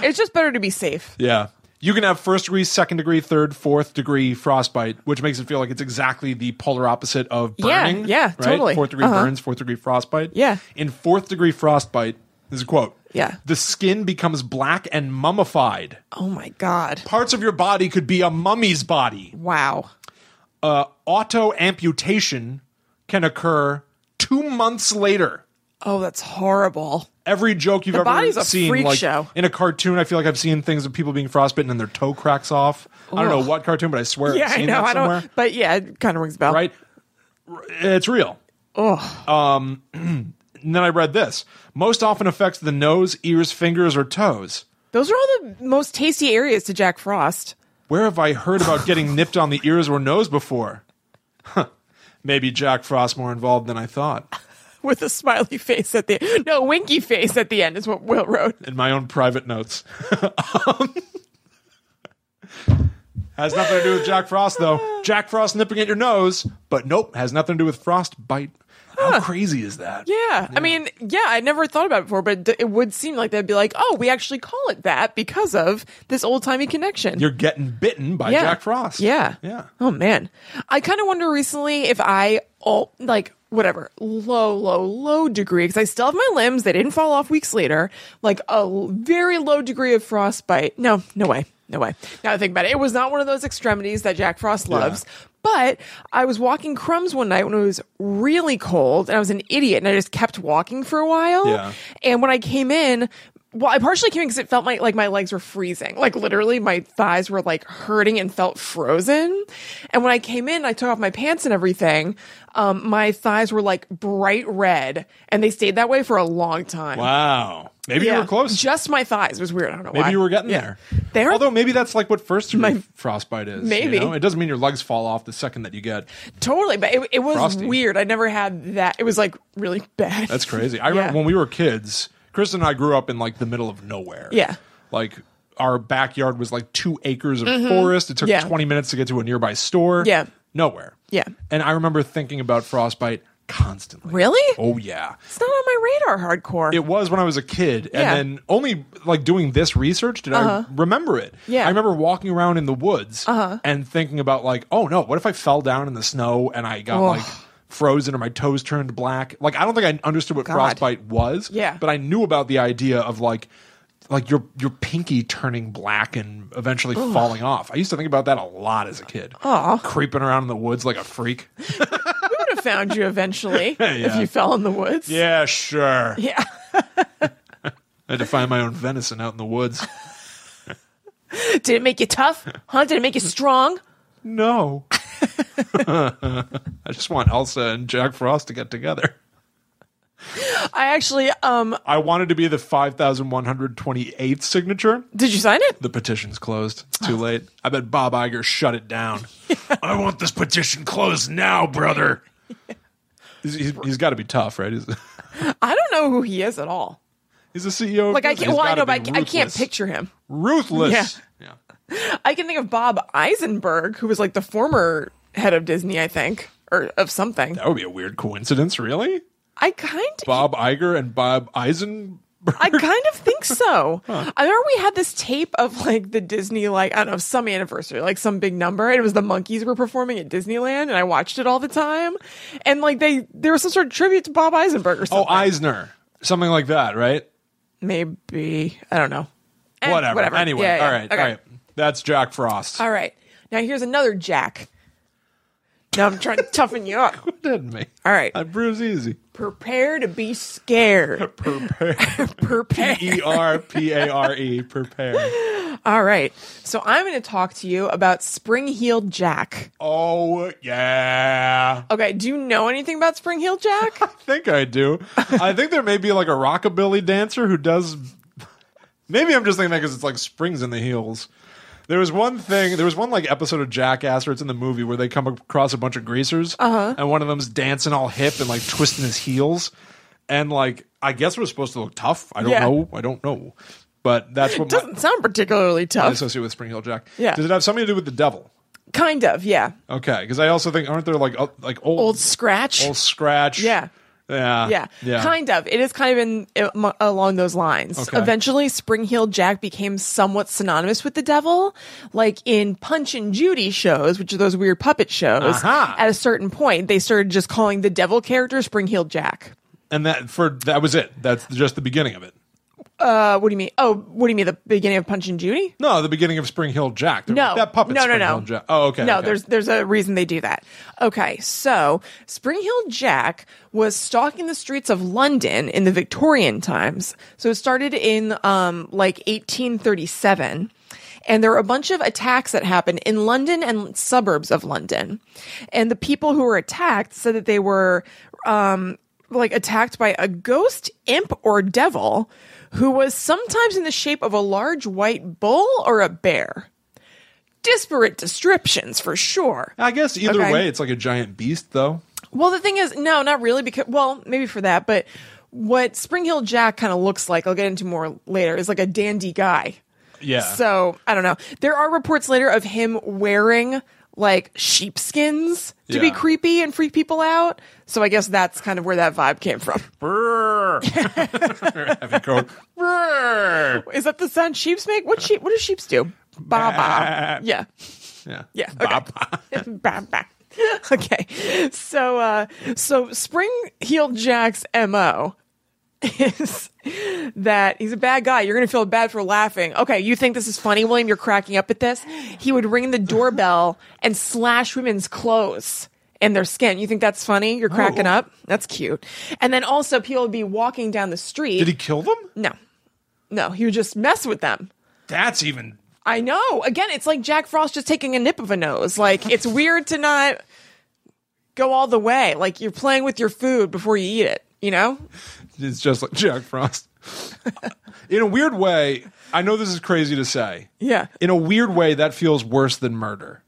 it's just better to be safe.
Yeah. You can have first degree, second degree, third, fourth degree frostbite, which makes it feel like it's exactly the polar opposite of
Yeah,
burning.
yeah,
right?
totally.
Fourth degree
Uh-huh.
burns, fourth degree frostbite.
Yeah.
In fourth degree frostbite, this is a quote.
Yeah.
The skin becomes black and mummified.
Oh my god!
Parts of your body could be a mummy's body.
Wow.
Uh, auto amputation can occur two months later.
Oh, that's horrible.
Every joke you've ever
body's a
seen,
freak
like
show.
in a cartoon, I feel like I've seen things of people being frostbitten and their toe cracks off. I don't know
Ugh.
what cartoon, but I swear
Yeah,
I've
I
seen
know.
that
I
somewhere.
don't. But yeah, it kind of rings a bell.
right? R- It's real. Um, and then I read this. Most often affects the nose, ears, fingers, or toes.
Those are all the most tasty areas to Jack Frost.
Where have I heard about getting nipped on the ears or nose before? Huh. Maybe Jack Frost more involved than I thought.
With a smiley face at the no winky face at the end is what Will wrote.
In my own private notes. Um, has nothing to do with Jack Frost though. Jack Frost nipping at your nose, but nope, has nothing to do with frostbite. How crazy is that?
Yeah. I mean, yeah, I never thought about it before, but d- it would seem like they'd be like, oh, we actually call it that because of this old timey connection.
You're getting bitten by Jack Frost.
Yeah.
Yeah.
Oh man. I kind of wonder recently if I all like whatever low low low degree because I still have my limbs they didn't fall off weeks later like a l- very low degree of frostbite. No, no way. No way. Now that I think about it. It was not one of those extremities that Jack Frost loves. But I was walking crumbs one night when it was really cold and I was an idiot and I just kept walking for a while.
Yeah.
And when I came in, well, I partially came in because it felt my, like my legs were freezing. Like literally my thighs were like hurting and felt frozen. And when I came in, I took off my pants and everything. Um, my thighs were like bright red and they stayed that way for a long time.
Wow. Maybe
Yeah.
you were close.
Just my thighs It was weird. I don't know
Maybe
why.
you were getting
Yeah.
there.
They are-
Although maybe that's like what first degree
My-
frostbite is. you
Maybe.
know? it doesn't mean your legs fall off the second that you get.
Totally. But it, it was
Frosty.
weird. I never had that. It was like really bad.
That's crazy. I
Yeah.
remember when we were kids, Kristen and I grew up in like the middle of nowhere.
Yeah.
Like our backyard was like two acres of forest. It took
Mm-hmm. Yeah.
20 minutes to get to a nearby store.
Yeah.
Nowhere.
Yeah.
And I remember thinking about frostbite constantly.
Really?
Oh, yeah.
It's not on my radar hardcore.
It was when I was a kid, and
Yeah. Uh-huh.
then only like doing this research did I remember it.
Yeah. Uh-huh.
I remember walking around in the woods and thinking about like, oh no, what if I fell down in the snow and I got
Ugh.
like frozen or my toes turned black? Like I don't think I understood what
God.
frostbite was.
Yeah.
but I knew about the idea of like. Like your your pinky turning black and eventually falling off. I used to think about that a lot as a kid.
Aw.
Creeping around in the woods like a freak.
we would have found you eventually if
Yeah.
you fell in the woods.
Yeah, sure.
Yeah.
I had to find my own venison out in the woods.
Did it make you tough? Huh? Did it make you strong?
No. I just want Elsa and Jack Frost to get together.
I actually, um,
I wanted to be the 5,128th signature.
did you sign it?
The petition's closed. It's too late. I bet Bob Iger shut it down. I want this petition closed now, brother. He's, he's, he's got to be tough, right? He's,
I don't know who he is at all.
he's the CEO. of
Like I
Disney.
can't.
He's
Well, I
gotta
know, but I,
be
ca- I can't
ruthless.
picture him.
Ruthless. Yeah.
I can think of Bob Eisenberg, who was like the former head of Disney, I think, or of something.
That would be a weird coincidence, really?
I kind of
Bob Iger and Bob Eisenberg.
I kind of think so. I remember we had this tape of like the Disney, like, I don't know, some anniversary, like some big number. And it was the monkeys were performing at Disneyland. And I watched it all the time. And like they, there was some sort of tribute to Bob Eisenberg or
Oh,
something.
Eisner. Something like that, right?
Maybe. I don't know. Eh,
whatever. Anyway,
Yeah, yeah.
all right,
Okay.
all right. That's Jack Frost.
All right. Now here's another Jack. Now I'm trying to toughen you up.
Who did me?
All right.
I bruise easy.
Prepare to be scared.
Prepare.
Prepare.
E R P A R E. Prepare.
All right. So I'm going to talk to you about spring heeled Jack.
Oh yeah.
Okay, do you know anything about Spring Heel Jack?
I think I do. I think there may be like a rockabilly dancer who does. Maybe I'm just thinking that because it's like springs in the heels. There was one thing. There was one like episode of Jackass, or it's in the movie where they come across a bunch of greasers, uh-huh. and one of them's dancing all hip and like twisting his heels, and like I guess we're supposed to look tough. I don't
Yeah.
know. I don't know. But that's what my,
Doesn't sound particularly
I
tough.
associate with Spring Heel Jack.
Yeah.
Does it have something to do with the devil?
Kind of, yeah.
Okay, because I also think aren't there like uh, like old
Old Scratch.
old scratch?
Yeah.
Yeah.
Yeah,
Yeah.
kind of. It is kind of in am- along those lines.
Okay.
Eventually, Spring-Heeled Jack became somewhat synonymous with the devil, like in Punch and Judy shows, which are those weird puppet shows.
Aha.
At a certain point, they started just calling the devil character Spring-Heeled Jack.
And that for that was it. That's just the beginning of it.
Uh, what do you mean? Oh, what do you mean? The beginning of Punch and Judy?
No, the beginning of Spring Hill Jack. The-
No,
that puppet.
No, no,
Spring
no.
Hill Jack. Oh, okay.
No,
okay.
there's there's a reason they do that. Okay, so Spring Hill Jack was stalking the streets of London in the Victorian times. So it started in um like 1837. And there were a bunch of attacks that happened in London and suburbs of London. And the people who were attacked said that they were um, like attacked by a ghost imp or devil who was sometimes in the shape of a large white bull or a bear disparate descriptions for sure.
I guess either
Okay.
way, it's like a giant beast, though.
Well, the thing is, no, not really, because, well, maybe for that, but what Spring Hill Jack kind of looks like, I'll get into more later, is like a dandy guy.
Yeah.
So, I don't know. There are reports later of him wearing like sheepskins to be
Yeah.
creepy and freak people out. So, I guess that's kind of where that vibe came from.
Brrr. Heavy coat. Brrr.
Is that the sound sheeps make? What sheep? What do sheeps do? Ba ba. Yeah.
Yeah.
Yeah. Okay.
Bop.
Bah, bah. okay. So uh so Spring Heel Jack's MO is that he's a bad guy. You're gonna feel bad for laughing. Okay, you think this is funny, William? You're cracking up at this? He would ring the doorbell and slash women's clothes and their skin. You think that's funny? You're cracking
Oh.
up? That's cute. And then also people would be walking down the street.
Did he kill them?
no. No, he would just mess with them.
That's even.
I know. Again, it's like Jack Frost just taking a nip of a nose. Like it's weird to not go all the way. Like you're playing with your food before you eat it. You know?
It's just like Jack Frost. In a weird way, I know this is crazy to say.
Yeah.
In a weird way, that feels worse than murder.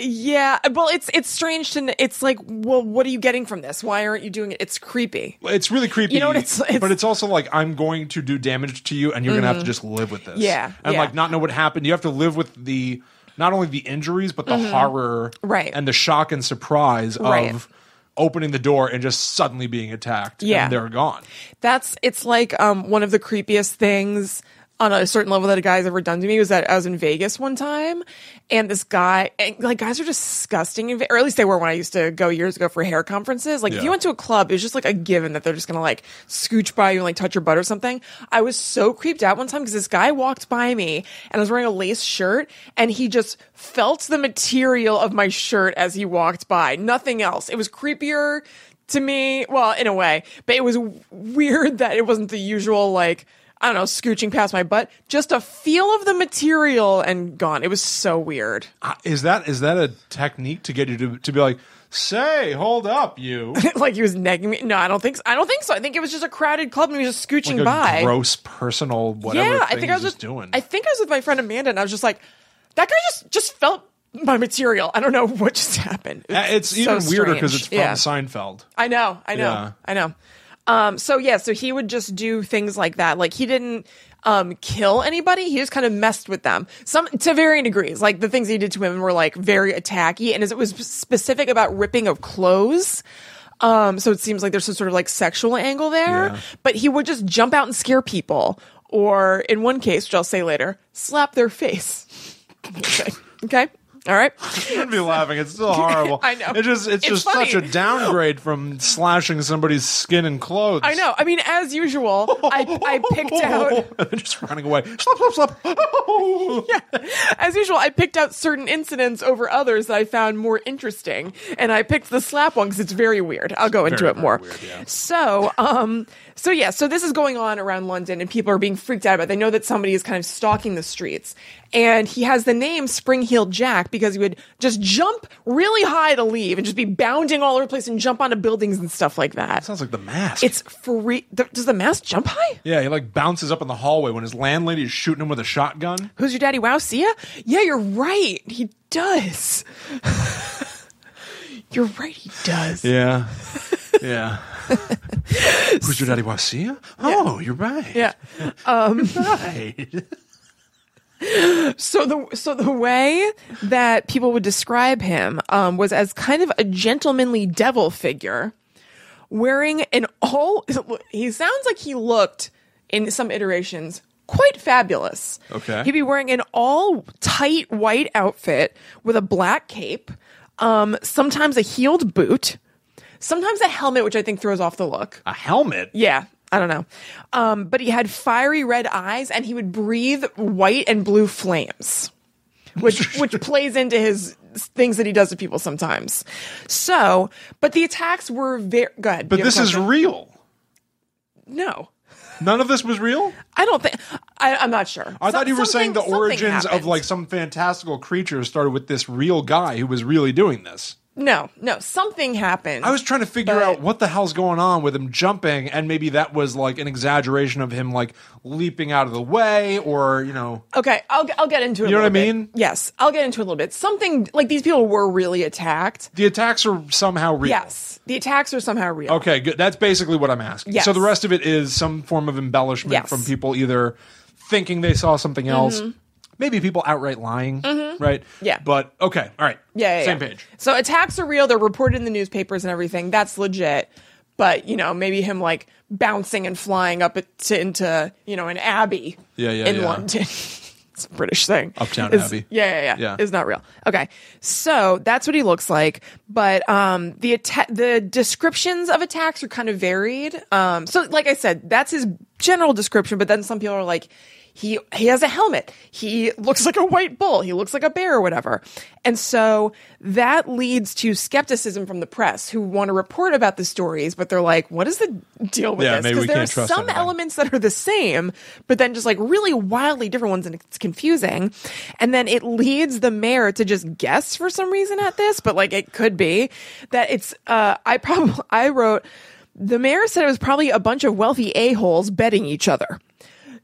Yeah. Well, it's it's strange to. n- It's like, well, what are you getting from this? Why aren't you doing it? It's creepy.
It's really creepy.
You know what it's- it's- Mm-hmm.
but it's also like I'm going to do damage to you, and you're gonna have to just live with this.
Yeah,
and
yeah.
like not know what happened. You have to live with the not only the injuries but the horror,
Mm-hmm. Right.
and the shock and surprise
Right.
of opening the door and just suddenly being attacked.
Yeah.
and they're gone.
That's it's like um one of the creepiest things on a certain level that a guy's ever done to me was that I was in Vegas one time and this guy and like guys are disgusting in Ve- or at least they were when I used to go years ago for hair conferences like if
Yeah.
you went to a club it was just like a given that they're just gonna like scooch by you and like touch your butt or something I was so creeped out one time because this guy walked by me and I was wearing a lace shirt and he just felt the material of my shirt as he walked by nothing else it was creepier to me, well, in a way, but it was w- weird that it wasn't the usual, like, I don't know, scooching past my butt, just a feel of the material and gone. It was so weird.
Uh, Is that is that a technique to get you to to be like, say, hold up, you
like he was negging me. No, I don't think so. I don't think so. I think it was just a crowded club and he was just scooching
Like a
by.
gross personal whatever.
yeah, I
thing
think I was
he's
just
just doing.
I think I was with my friend Amanda and I was just like, that guy just just felt my material. I don't know what just happened.
Uh, it's even
so
weirder because
strange.
it's from
Yeah.
Seinfeld.
I know, I know,
Yeah.
I know. Um, so yeah, so he would just do things like that. Like he didn't um, kill anybody. He just kind of messed with them, some to varying degrees. Like the things he did to women were like very attacky, and as it was specific about ripping of clothes. Um, so it seems like there's some sort of like sexual angle there.
Yeah.
But he would just jump out and scare people, or in one case, which I'll say later, slap their face. okay. okay, all right.
shouldn't be laughing. It's still horrible.
I know.
It's just it's,
It's
just
funny.
such a downgrade from slashing somebody's skin and clothes.
I know. I mean, as usual, I, I picked out.
just running away. Slap slap slap. yeah.
As usual, I picked out certain incidents over others that I found more interesting, and I picked the slap one because it's very weird. I'll go into
very,
it more.
very weird, yeah.
So, um, so yeah, so this is going on around London, and people are being freaked out about. It. They know that somebody is kind of stalking the streets, and he has the name Spring Heeled Jack because he would just jump really high to leave and just be bounding all over the place and jump onto buildings and stuff like that.
Sounds like the mask.
It's free. th- Does the mask jump high?
yeah, he like bounces up in the hallway when his landlady is shooting him with a shotgun.
Who's your daddy? Wow, Sia? Yeah, you're right. He does. you're right, he does.
Yeah. yeah. Who's your daddy Wasia? Oh, you're right.
Yeah.
Right.
So the so the way that people would describe him um, was as kind of a gentlemanly devil figure wearing an all. He sounds like he looked in some iterations quite fabulous.
Okay.
He'd be wearing an all tight white outfit with a black cape, um, sometimes a heeled boot, sometimes a helmet, which I think throws off the look.
A helmet?
Yeah, I don't know. Um, but he had fiery red eyes and he would breathe white and blue flames, which which plays into his things that he does to people sometimes. So, but the attacks were very good.
But this is real.
no.
None of this was real?
I don't think I, I'm not sure.
I thought you were saying the origins of like some fantastical creature started with this real guy who was really doing this.
no, no, something happened.
I was trying to figure
But-
out what the hell's going on with him jumping, and maybe that was like an exaggeration of him like leaping out of the way, or you know,
Okay, I'll I'll get into it.
You
a
know what I
little bit.
mean?
Yes, I'll get into it a little bit. Something like these people were really attacked.
the attacks are somehow real.
Yes, the attacks are somehow real.
Okay, good. That's basically what I'm asking.
Yes.
So the rest of it is some form of embellishment
Yes. Mm-hmm.
from people either thinking they saw something else, maybe people outright lying, right?
Yeah.
But okay, all right.
Yeah, yeah,
Same
yeah.
page.
So attacks are real. They're reported in the newspapers and everything. That's legit. But you know, maybe him like bouncing and flying up it- to, into you know an abbey.
Yeah, yeah,
in
yeah.
London. it's a British thing.
Uptown
It's-
Abbey.
Yeah, yeah, yeah,
Yeah.
It's not real. Okay, so that's what he looks like. But um, the atta- the descriptions of attacks are kind of varied. Um, so like I said, that's his general description. But then some people are like. He, he has a helmet. He looks like a white bull. He looks like a bear or whatever. And so that leads to skepticism from the press who want to report about the stories, but they're like, what is the deal with
Yeah,
this?
maybe we
Because there are
can't trust
some
anything.
elements elements that are the same, but then just like really wildly different ones, and it's confusing. And then it leads the mayor to just guess for some reason at this, but like it could be that it's. Uh, I probably I wrote the mayor said it was probably a bunch of wealthy a holes betting each other.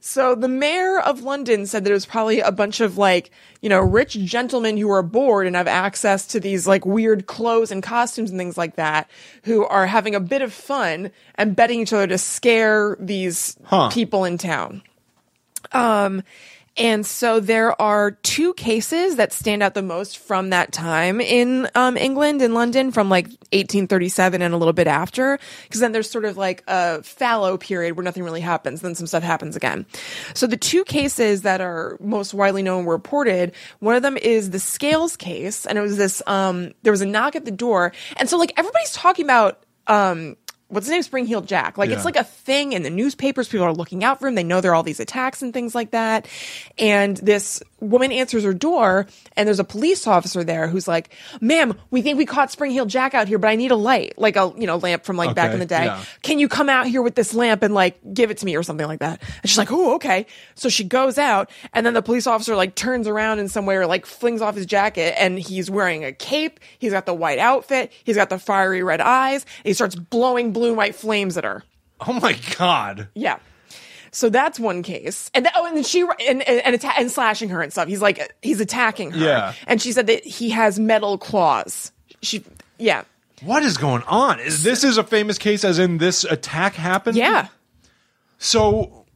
So the mayor of London said that it was probably a bunch of like, you know, rich gentlemen who are bored and have access to these like weird clothes and costumes and things like that who are having a bit of fun and betting each other to scare these
Huh.
people in town. Um, and so there are two cases that stand out the most from that time in um, England and London from like 1837 and a little bit after. Because then there's sort of like a fallow period where nothing really happens. Then some stuff happens again. So the two cases that are most widely known were reported. One of them is the Scales case. And it was this, um, there was a knock at the door. And so like everybody's talking about, um, what's his name? Spring Heel Jack. Like
Yeah.
it's like a thing in the newspapers. People are looking out for him. They know there are all these attacks and things like that. And this woman answers her door, and there's a police officer there who's like, "Ma'am, we think we caught Spring Heel Jack out here, but I need a light, like a you know lamp from like back
Okay,
in the day.
yeah.
Can you come out here with this lamp and like give it to me or something like that?" And she's like, "Oh, okay." So she goes out, and then the police officer like turns around in some way or like flings off his jacket, and he's wearing a cape. He's got the white outfit. He's got the fiery red eyes. And he starts blowing blue and white flames at her.
Oh my god.
Yeah. So that's one case, and that, oh, and then she and and, and, atta- and slashing her and stuff. He's like he's attacking her.
Yeah.
and she said that he has metal claws. She, yeah,
What is going on? Is this is a famous case as in this attack happened?
yeah,
So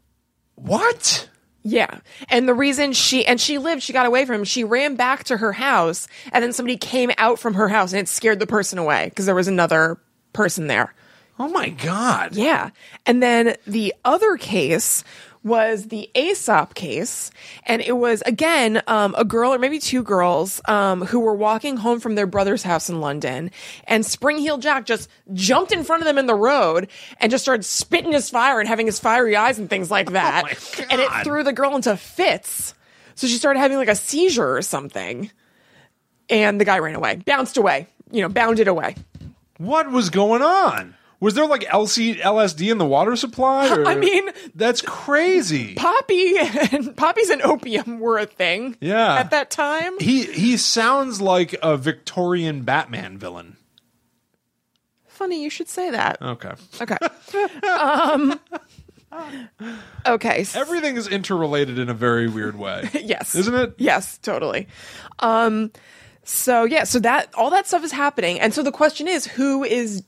what?
yeah. And the reason she and she lived, she got away from him. She ran back to her house, and then somebody came out from her house, and it scared the person away because there was another person there.
Oh my god.
Yeah. And then the other case was the Aesop case. And it was, again, um, a girl or maybe two girls um, who were walking home from their brother's house in London. And Spring Heel Jack just jumped in front of them in the road and just started spitting his fire and having his fiery eyes and things like that.
Oh my
and it
God.
threw the girl into fits. So she started having like a seizure or something. And the guy ran away, bounced away, you know, bounded away.
What was going on? Was there like LC LSD in the water supply? or-
I mean,
that's crazy.
poppy and poppies and opium were a thing
Yeah.
at that time
he he sounds like a Victorian Batman villain.
funny you should say that
Okay.
okay um okay s-
Everything is interrelated in a very weird way.
yes
Isn't it?
yes totally um so yeah so that all that stuff is happening and so the question is who is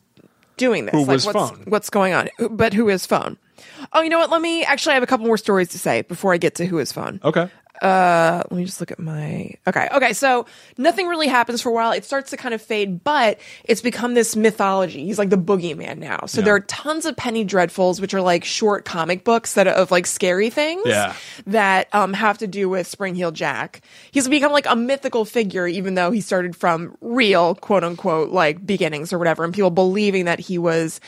doing this
Who was
what's,
phone?
what's going on Who- but who is phone oh you know what let me actually I have a couple more stories to say before i get to who is phone
Okay.
uh let me just look at my okay okay so nothing really happens for a while it starts to kind of fade but it's become this mythology he's like the boogeyman now so there are tons of penny dreadfuls which are like short comic books that are of like scary things
Yeah.
that um have to do with spring heel jack he's become like a mythical figure even though he started from real quote unquote like beginnings or whatever and people believing that he was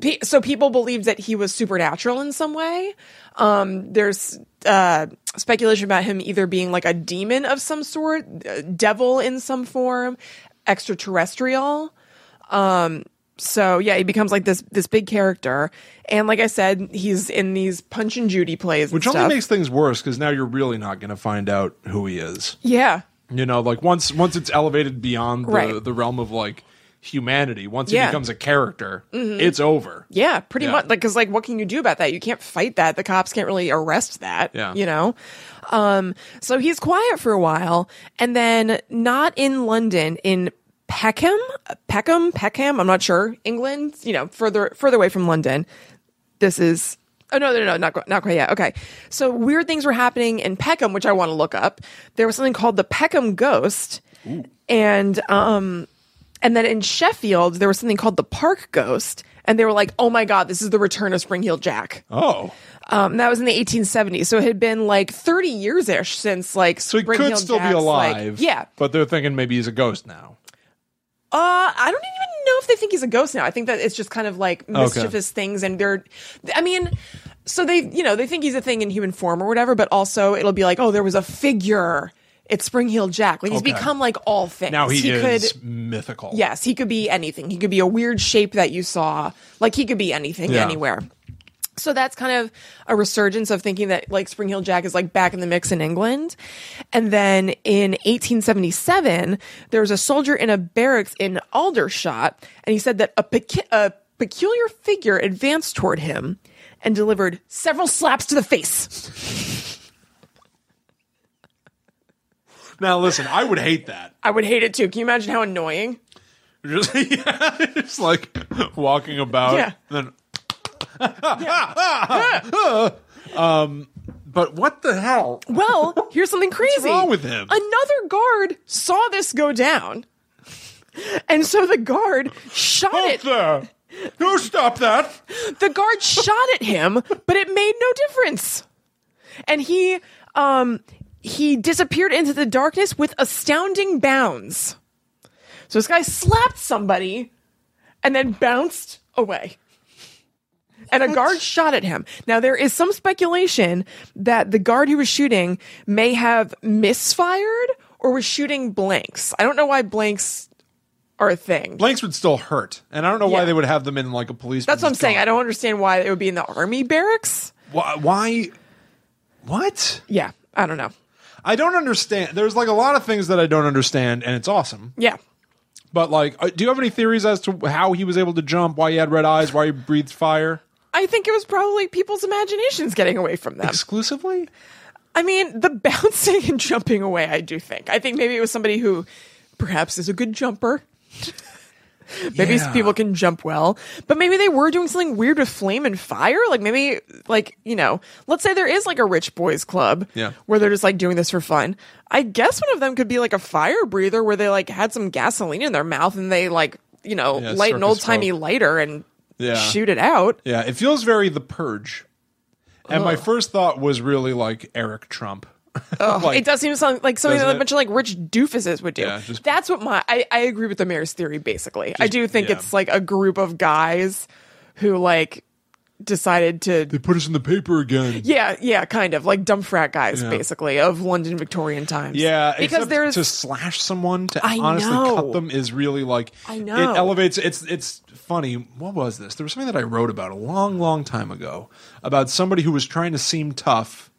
pe- so people believed that he was supernatural in some way um there's uh speculation about him either being like a demon of some sort uh, devil in some form extraterrestrial Um, so yeah, he becomes like this this big character, and like I said, he's in these Punch and Judy plays,
Which
and
only
stuff.
makes things worse because now you're really not going to find out who he is.
yeah,
You know, like once once it's elevated beyond the,
Right.
the realm of like humanity, once
Yeah. Mm-hmm.
he becomes a character, it's over.
yeah, pretty
Yeah.
much. Like, because like, what can you do about that? You can't fight that. The cops can't really arrest that.
Yeah.
you know. Um, so he's quiet for a while, and then not in London, in Peckham, Peckham, Peckham. I'm not sure. England, you know, further further away from London. This is. Oh no, no, no, not qu- not quite yet. Okay, so weird things were happening in Peckham, which I want to look up. There was something called the Peckham Ghost, and um, and then in Sheffield there was something called the Park Ghost, and they were like, "Oh my God, this is the return of Spring Heel Jack."
Oh,
Um, that was in the 1870s, so it had been like 30 years ish since like
so he
Spring
could
Heel
still
Jack's,
be
like-
alive.
yeah.
but they're thinking maybe he's a ghost now.
Uh, I don't even know if they think he's a ghost now. I think that it's just kind of like mischievous things, and they're, I mean, so they, you know, they think he's a thing in human form or whatever, but also it'll be like, oh, there was a figure. It's Spring Heel Jack. Like he's
Okay.
become like all things.
Now he, is
could
mythical.
Yes, he could be anything. He could be a weird shape that you saw. Like he could be anything
Yeah.
anywhere. So that's kind of a resurgence of thinking that like Spring Heel Jack is like back in the mix in England. And then in 1877, there was a soldier in a barracks in Aldershot, and he said that a, pecu- a peculiar figure advanced toward him and delivered several slaps to the face.
Now listen, I would hate that.
I would hate it too. Can you imagine how annoying?
Just, yeah, just like walking about.
Yeah.
Then, um, but what the hell?
Well, here's something crazy.
wrong with him?
Another guard saw this go down. And so the guard shot
Out
it.
there! No, stop that!
The guard shot at him, but it made no difference. And he um he disappeared into the darkness with astounding bounds. So this guy slapped somebody and then bounced away. And a guard shot at him. Now, there is some speculation that the guard who was shooting may have misfired or was shooting blanks. I don't know why blanks are a thing.
Blanks would still hurt, and I don't know why
Yeah.
they would have them in like a police.
That's what I'm saying. I don't understand why it would be in the army barracks.
Why, why? What?
Yeah, I don't know.
I don't understand. There's like a lot of things that I don't understand, and it's awesome.
Yeah.
But like, uh, do you have any theories as to how he was able to jump? Why he had red eyes? Why he breathed fire?
I think it was probably people's imaginations getting away from them.
Exclusively?
I mean, the bouncing and jumping away, I do think. I think maybe it was somebody who perhaps is a good jumper. maybe
Yeah.
people can jump well, but maybe they were doing something weird with flame and fire. Like maybe, like, you know, let's say there is like a rich boys club
Yeah.
where they're just like doing this for fun. I guess one of them could be like a fire breather where they like had some gasoline in their mouth and they like, you know,
Yeah,
light an
circus
old timey
folk.
lighter and
Yeah.
shoot it out.
Yeah, it feels very the purge. And my first thought was really like Eric Trump. like,
Oh. it does seem something like something that a
Doesn't it?
bunch of like rich doofuses would do.
Yeah, just-
That's what my I, I agree with the mayor's theory basically. I do think
yeah.
it's like a group of guys who like decided to
They put us in the paper again.
yeah, yeah, kind of like dumb frat guys,
Yeah.
basically of London Victorian times.
Yeah,
because
except
there's
to slash someone to
I
honestly
know.
cut them is really like
I know.
It elevates. It's it's funny. What was this? There was something that I wrote about a long, long time ago about somebody who was trying to seem tough,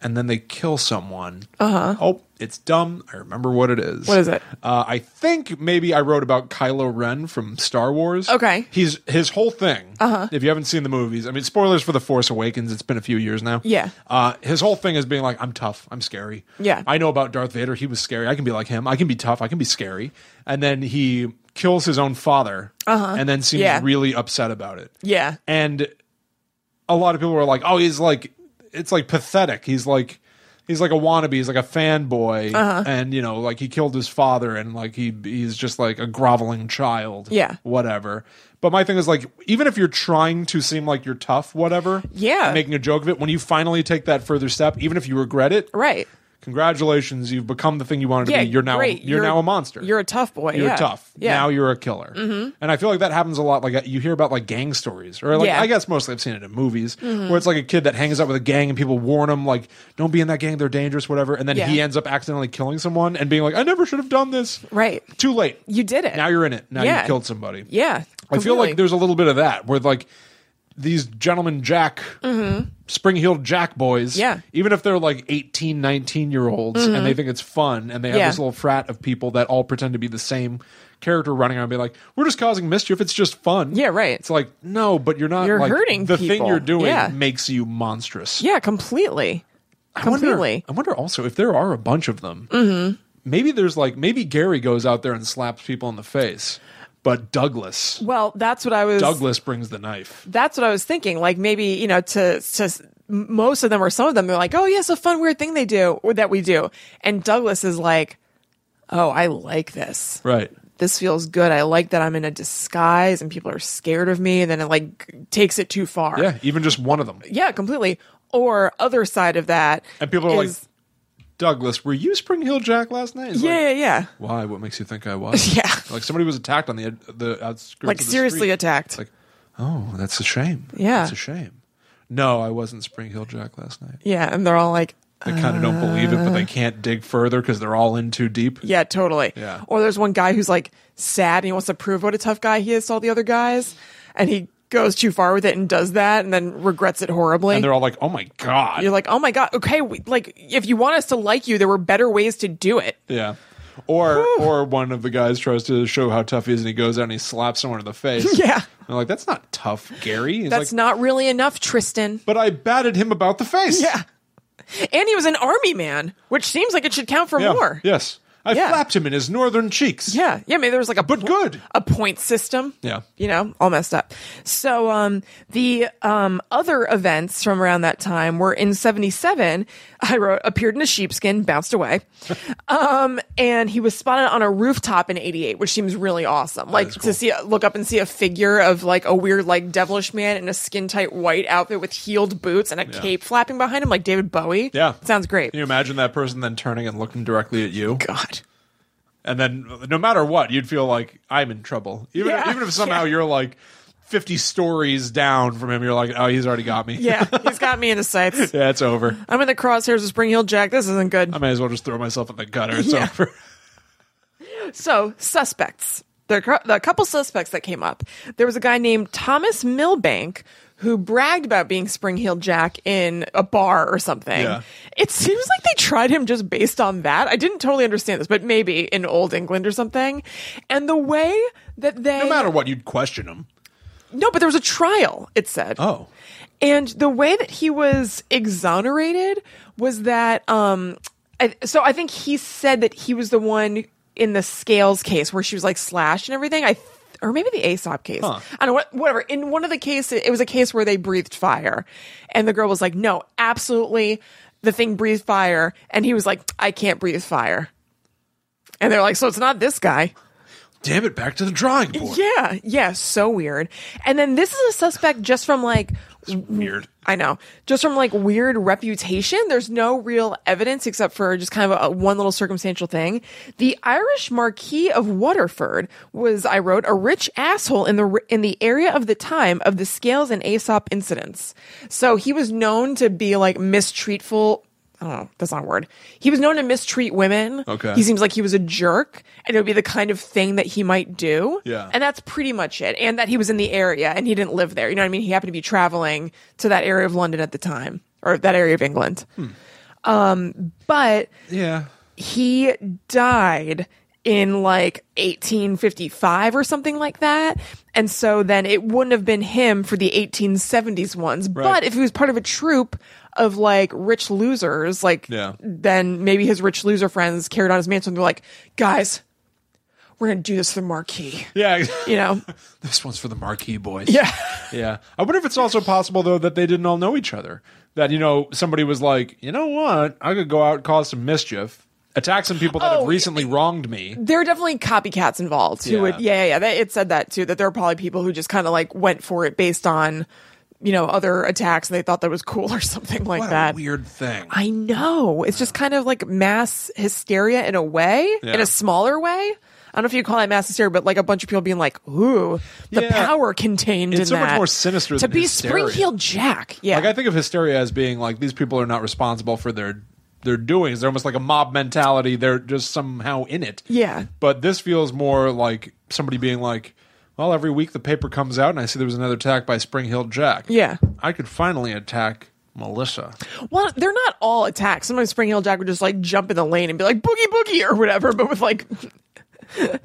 and then they kill someone. Uh huh. Oh, it's dumb. I remember what it is.
Uh-huh. What is it?
Uh, I think maybe I wrote about Kylo Ren from Star Wars.
Okay.
He's his whole thing. Uh-huh. If you haven't seen the movies, I mean, spoilers for The Force Awakens. It's been a few years now.
Yeah.
Uh, his whole thing is being like, I'm tough. I'm scary.
Yeah.
I know about Darth Vader. He was scary. I can be like him. I can be tough. I can be scary. And then he kills his own father. And then seems
Uh-huh. Yeah.
really upset about it.
yeah.
And a lot of people were like, "Oh, he's like, it's like pathetic. He's like." he's like a wannabe. He's like a fanboy,
Uh-huh.
and you know, like he killed his father, and like he he's just like a groveling child.
Yeah.
whatever. But my thing is like, even if you're trying to seem like you're tough, whatever.
Yeah.
and making a joke of it. When you finally take that further step, even if you regret it,
Right.
congratulations, you've become the thing you wanted to
Yeah.
be. You're now
great.
you're, now a monster.
You're a tough boy.
You're
yeah.
tough.
Yeah. Mm-hmm.
Now you're a killer. And I feel like that happens a lot. Like uh, you hear about like gang stories, or like
Yeah. Mm-hmm.
I guess mostly I've seen it in movies, where it's like a kid that hangs out with a gang and people warn him like, "Don't be in that gang; they're dangerous, whatever." And then
Yeah.
he ends up accidentally killing someone and being like, "I never should have done this."
right.
Too late.
You did it.
Now you're in it. Now
Yeah.
you killed somebody.
Yeah.
I feel like
completely.
there's a little bit of that where like these gentlemen jack spring-heeled jack boys
Mm-hmm. Yeah. Mm-hmm.
even if they're like 18 19 year olds and they think it's fun and they have
Yeah.
this little frat of people that all pretend to be the same character running around and be like we're just causing mischief it's just fun
Yeah, right.
it's like no but you're not
You're
like,
hurting
the thing
people.
you're doing
Yeah.
makes you monstrous
Yeah, completely.
I wonder-
Completely. Mm-hmm.
I wonder, also if there are a bunch of them. Maybe there's like maybe Gary goes out there and slaps people in the face, but Douglas
Well, that's what I was.
Douglas brings the knife.
that's what I was thinking. Like maybe you know, to to s- m- most of them or some of them, they're like, oh yeah, it's a fun weird thing they do or that we do. And Douglas is like, oh, I like this.
Right.
This feels good. I like that I'm in a disguise and people are scared of me. And then it like g- takes it too far.
Yeah, even just one of them.
Yeah, completely. Or other side of that,
And people are
is-
like, Douglas, were you Spring Hill Jack last night? He's
yeah,
Like,
yeah, yeah.
Why? What makes you think I was?
Yeah.
Like somebody was attacked on the the outskirts.
Like
of the
seriously
street.
attacked.
Like, oh, that's a shame.
Yeah.
that's a shame. No, I wasn't Spring Hill Jack last night.
yeah, and they're all like,
They kind of don't believe it, but
Uh.
they can't dig further because they're all in too deep.
Yeah, totally.
Yeah.
Or there's one guy who's like sad and he wants to prove what a tough guy he is to all the other guys, and he goes too far with it and does that, and then regrets it horribly.
And they're all like, "Oh my god!"
You're like, oh my god, okay, we, like if you want us to like you, there were better ways to do it.
yeah. Or or one of the guys tries to show how tough he is, and he goes out and he slaps someone in the face.
Yeah.
And they're like, "That's not tough, Gary." He's
That's
like,
not really enough, Tristan.
"But I batted him about the face."
Yeah. And he was an army man, which seems like it should count for
Yeah.
more.
Yes. I
Yeah.
flapped him in his northern cheeks.
Yeah, yeah, maybe there was like a
But good.
a point system.
Yeah.
You know, all messed up. So um the um other events from around that time were in 77, I wrote appeared in a sheepskin, bounced away. um and he was spotted on a rooftop in 88, which seems really awesome. Like
is cool.
to see look up and see a figure of like a weird like devilish man in a skin-tight white outfit with heeled boots and a cape flapping behind him like David Bowie.
Yeah.
Sounds great.
Can you imagine that person then turning and looking directly at you?
God.
And then no matter what, you'd feel like I'm in trouble. Even
Yeah.
even if somehow you're like 50 stories down from him, you're like, "Oh, he's already got me."
Yeah, he's got me in his sights.
yeah, it's over.
I'm in the crosshairs of Spring Hill Jack. This isn't good.
I may as well just throw myself in the gutter. It's
Yeah.
over.
So, suspects. There are a couple suspects that came up. There was a guy named Thomas Milbank who bragged about being Spring Heel Jack in a bar or something.
Yeah.
It seems like they tried him just based on that. I didn't totally understand this, but maybe in Old England or something. And the way that they.
No matter what, you'd question him.
No, but there was a trial, it said.
Oh.
And the way that he was exonerated was that, um, I, so I think he said that he was the one in the scales case where she was like slashed and everything. I, th- or maybe the Aesop case. I don't know, what- whatever. In one of the cases, it was a case where they breathed fire. And the girl was like, no, absolutely. The thing breathed fire. And he was like, I can't breathe fire. And they're like, so it's not this guy.
Damn it, back to the drawing board.
Yeah, yeah, so weird. And then this is a suspect just from like
Weird.
I know. Just from like weird reputation, there's no real evidence except for just kind of a, one little circumstantial thing. The Irish Marquis of Waterford was, I wrote, a rich asshole in the in the area of the time of the Scales and Aesop incidents. So he was known to be like mistreatful. I don't know. That's not a word. He was known to mistreat women.
Okay.
He seems like he was a jerk, and it would be the kind of thing that he might do.
Yeah.
And that's pretty much it. And that he was in the area and he didn't live there. You know what I mean? He happened to be traveling to that area of London at the time or that area of England. Um, but
Yeah.
he died in like 1855 or something like that. And so then it wouldn't have been him for the 1870s ones. But if he was part of a troupe of like rich losers, like
Yeah.
then maybe his rich loser friends carried on his mantle and they're like, guys, we're going to do this for the marquee.
Yeah.
You know?
this one's for the marquee boys.
Yeah.
Yeah. I wonder if it's also possible though that they didn't all know each other. That you know somebody was like, you know what, I could go out and cause some mischief, attack some people that
Oh,
have recently wronged me.
There are definitely copycats involved who
Yeah.
would, yeah, yeah, yeah. They, it said that too, that there are probably people who just kind of like went for it based on, you know, other attacks and they thought that was cool or something like
What
that.
a weird thing.
I know. It's just kind of like mass hysteria in a way,
Yeah.
in a smaller way. I don't know if you call that mass hysteria, but like a bunch of people being like, ooh, the
Yeah.
power contained
It's
in
so much
that.
more sinister
To
than
be
hysteria.
Spring-Heeled Jack. Yeah.
Like I think of hysteria as being like these people are not responsible for their their doings. They're almost like a mob mentality. They're just somehow in it.
Yeah.
But this feels more like somebody being like, "Well, every week the paper comes out, and I see there was another attack by Spring Hill Jack.
Yeah.
I could finally attack Melissa.
Well, they're not all attacks. Sometimes Spring Hill Jack would just like jump in the lane and be like boogie boogie or whatever, but with like.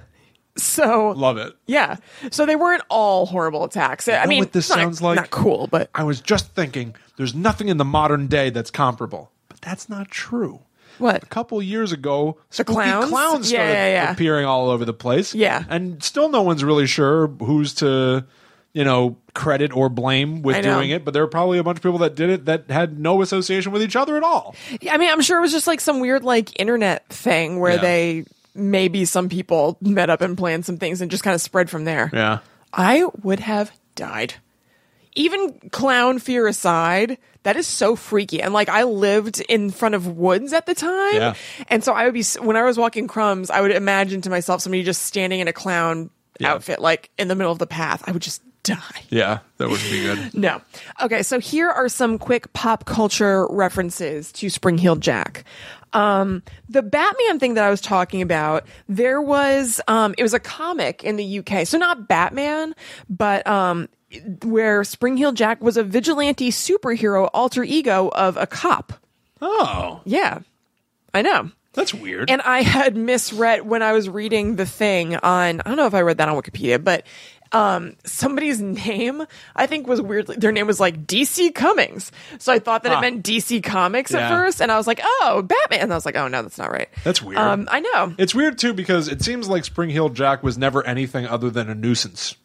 so
Love it.
yeah, so they weren't all horrible attacks. I
know
mean,
what this
it's not-
sounds like?
not cool, but
I was just thinking, there's nothing in the modern day that's comparable, but that's not true.
What?
A couple years ago, spooky
clowns?
clowns
Yeah,
started
yeah, yeah.
appearing all over the place.
Yeah.
and still no one's really sure who's to, you know, credit or blame
I
with
know.
doing it. But there are probably a bunch of people that did it that had no association with each other at all.
Yeah, I mean, I'm sure it was just like some weird like internet thing where
Yeah.
they maybe some people met up and planned some things and just kind of spread from there.
Yeah,
I would have died. Even clown fear aside, that is so freaky. And like I lived in front of woods at the time.
Yeah.
And so I would be, when I was walking crumbs, I would imagine to myself somebody just standing in a clown
Yeah.
outfit, like in the middle of the path. I would just die.
yeah, that wouldn't be good.
No. Okay, so here are some quick pop culture references to Spring Heel Jack. Um, the Batman thing that I was talking about, there was, um, it was a comic in the UK. So not Batman, but, um, where Spring Heel Jack was a vigilante superhero alter ego of a cop.
Oh,
Yeah. I know.
that's weird.
And I had misread when I was reading the thing on, I don't know if I read that on Wikipedia, but um, somebody's name, I think, was weirdly, their name was like DC Cummings. So I thought that it
Ah.
meant DC Comics at
Yeah.
first. And I was like, oh, Batman. And I was like, oh, no, that's not right.
That's weird.
Um, I know.
it's weird too because it seems like Spring Hill Jack was never anything other than a nuisance.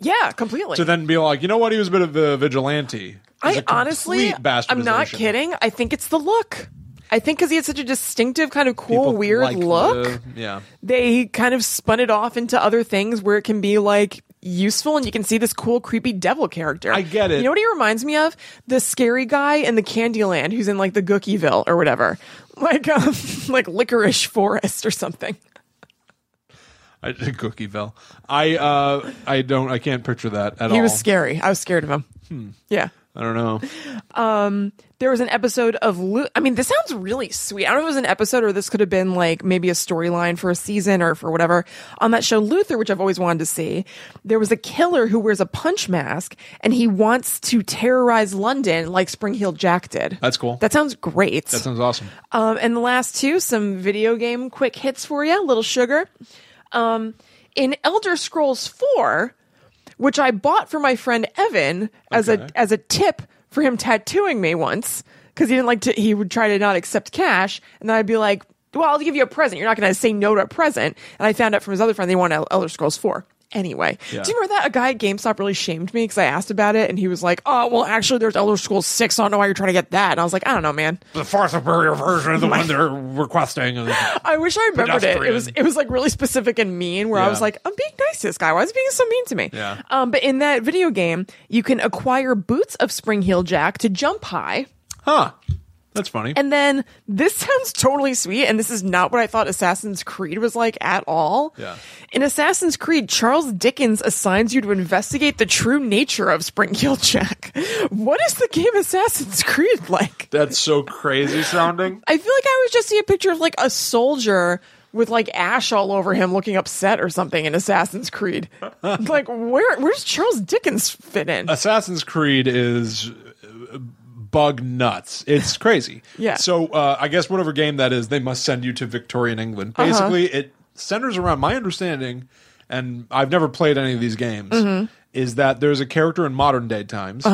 Yeah, completely.
to then be like, you know what? He was a bit of a vigilante. He's
I
a complete
honestly, I'm not
bastardization.
kidding. I think it's the look. I think because he had such a distinctive, kind of cool,
People
weird
like
look.
the- yeah.
they kind of spun it off into other things where it can be like useful and you can see this cool creepy devil character.
I get it.
You know what he reminds me of? The scary guy in the Candyland who's in like the Gookieville or whatever. Like um, like licorice forest or something.
I, Cookieville. I uh, I don't. I can't picture that at all.
He was scary. I was scared of him.
Hmm.
Yeah.
I don't know.
There was an episode of Lu- I mean, this sounds really sweet. I don't know if it was an episode or this could have been like maybe a storyline for a season or for whatever. On that show Luther, which I've always wanted to see, there was a killer who wears a punch mask and he wants to terrorize London like Spring Heel Jack did.
That's cool.
That sounds great.
That sounds awesome.
Um, and the last two, some video game quick hits for you, little sugar. Um, in Elder Scrolls 4, which I bought for my friend Evan as
Okay.
a as a tip for him tattooing me once because he didn't like to he would try to not accept cash and then I'd be like, "Well, I'll give you a present. You're not going to say no to a present." And I found out from his other friend they wanted El- Elder Scrolls 4. Anyway, do you remember that a guy at GameStop really shamed me because I asked about it and he was like, "Oh, well, actually, there's Elder Scrolls Six. I don't know why you're trying to get that." And I was like, "I don't know, man."
The far superior version of the one they're requesting.
I wish I remembered it. It
Pedestrian.
was it was like really specific and mean where I
Yeah.
was like, I'm being nice to this guy. Why is he being so mean to me?
Yeah.
Um, but in that video game, you can acquire boots of Spring Heel Jack to jump high.
Huh. That's funny.
And then this sounds totally sweet, and this is not what I thought Assassin's Creed was like at all.
Yeah.
In Assassin's Creed, Charles Dickens assigns you to investigate the true nature of Spring Heel Jack. What is the game Assassin's Creed like?
That's so crazy sounding.
I feel like I was just see a picture of like a soldier with like ash all over him looking upset or something in Assassin's Creed. like where where's Charles Dickens fit in?
Assassin's Creed is uh, bug nuts. It's crazy.
Yeah.
So uh, I guess whatever game that is, they must send you to Victorian England.
Uh-huh.
Basically, it centers around my understanding, and I've never played any of these games.
Mm-hmm.
Is that there's a character in modern day times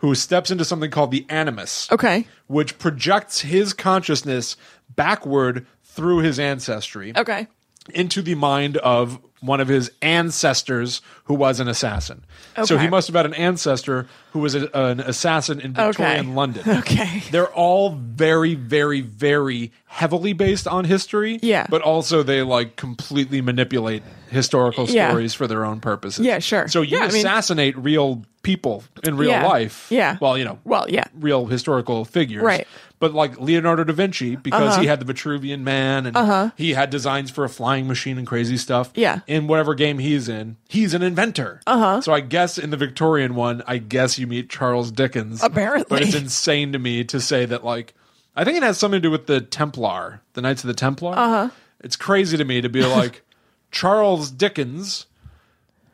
who steps into something called the Animus,
Uh-huh. Okay.
which projects his consciousness backward through his ancestry
Okay.
into the mind of one of his ancestors who was an assassin. So
Okay.
he must have had an ancestor who was a, an assassin in Victorian London.
Okay.
They're all very, very, very heavily based on history.
Yeah.
But also they like completely manipulate historical
Yeah.
stories for their own purposes.
Yeah, sure.
So you
Yeah, I mean-
assassinate real people in real
Yeah.
life.
Yeah.
Well, you know.
Well, yeah.
Real historical figures.
Right. Uh-huh.
But like Leonardo da Vinci, because he had the Vitruvian Man and he had designs for a flying machine and crazy stuff.
Yeah. Uh-huh.
In whatever game he's in, he's an inventor. Uh huh. So I guess in the Victorian one, I guess you meet Charles Dickens.
Apparently.
But it's insane to me to say that, like, I think it has something to do with the Templar, the Knights of the Templar.
Uh-huh.
Uh huh. It's crazy to me to be like, Charles Dickens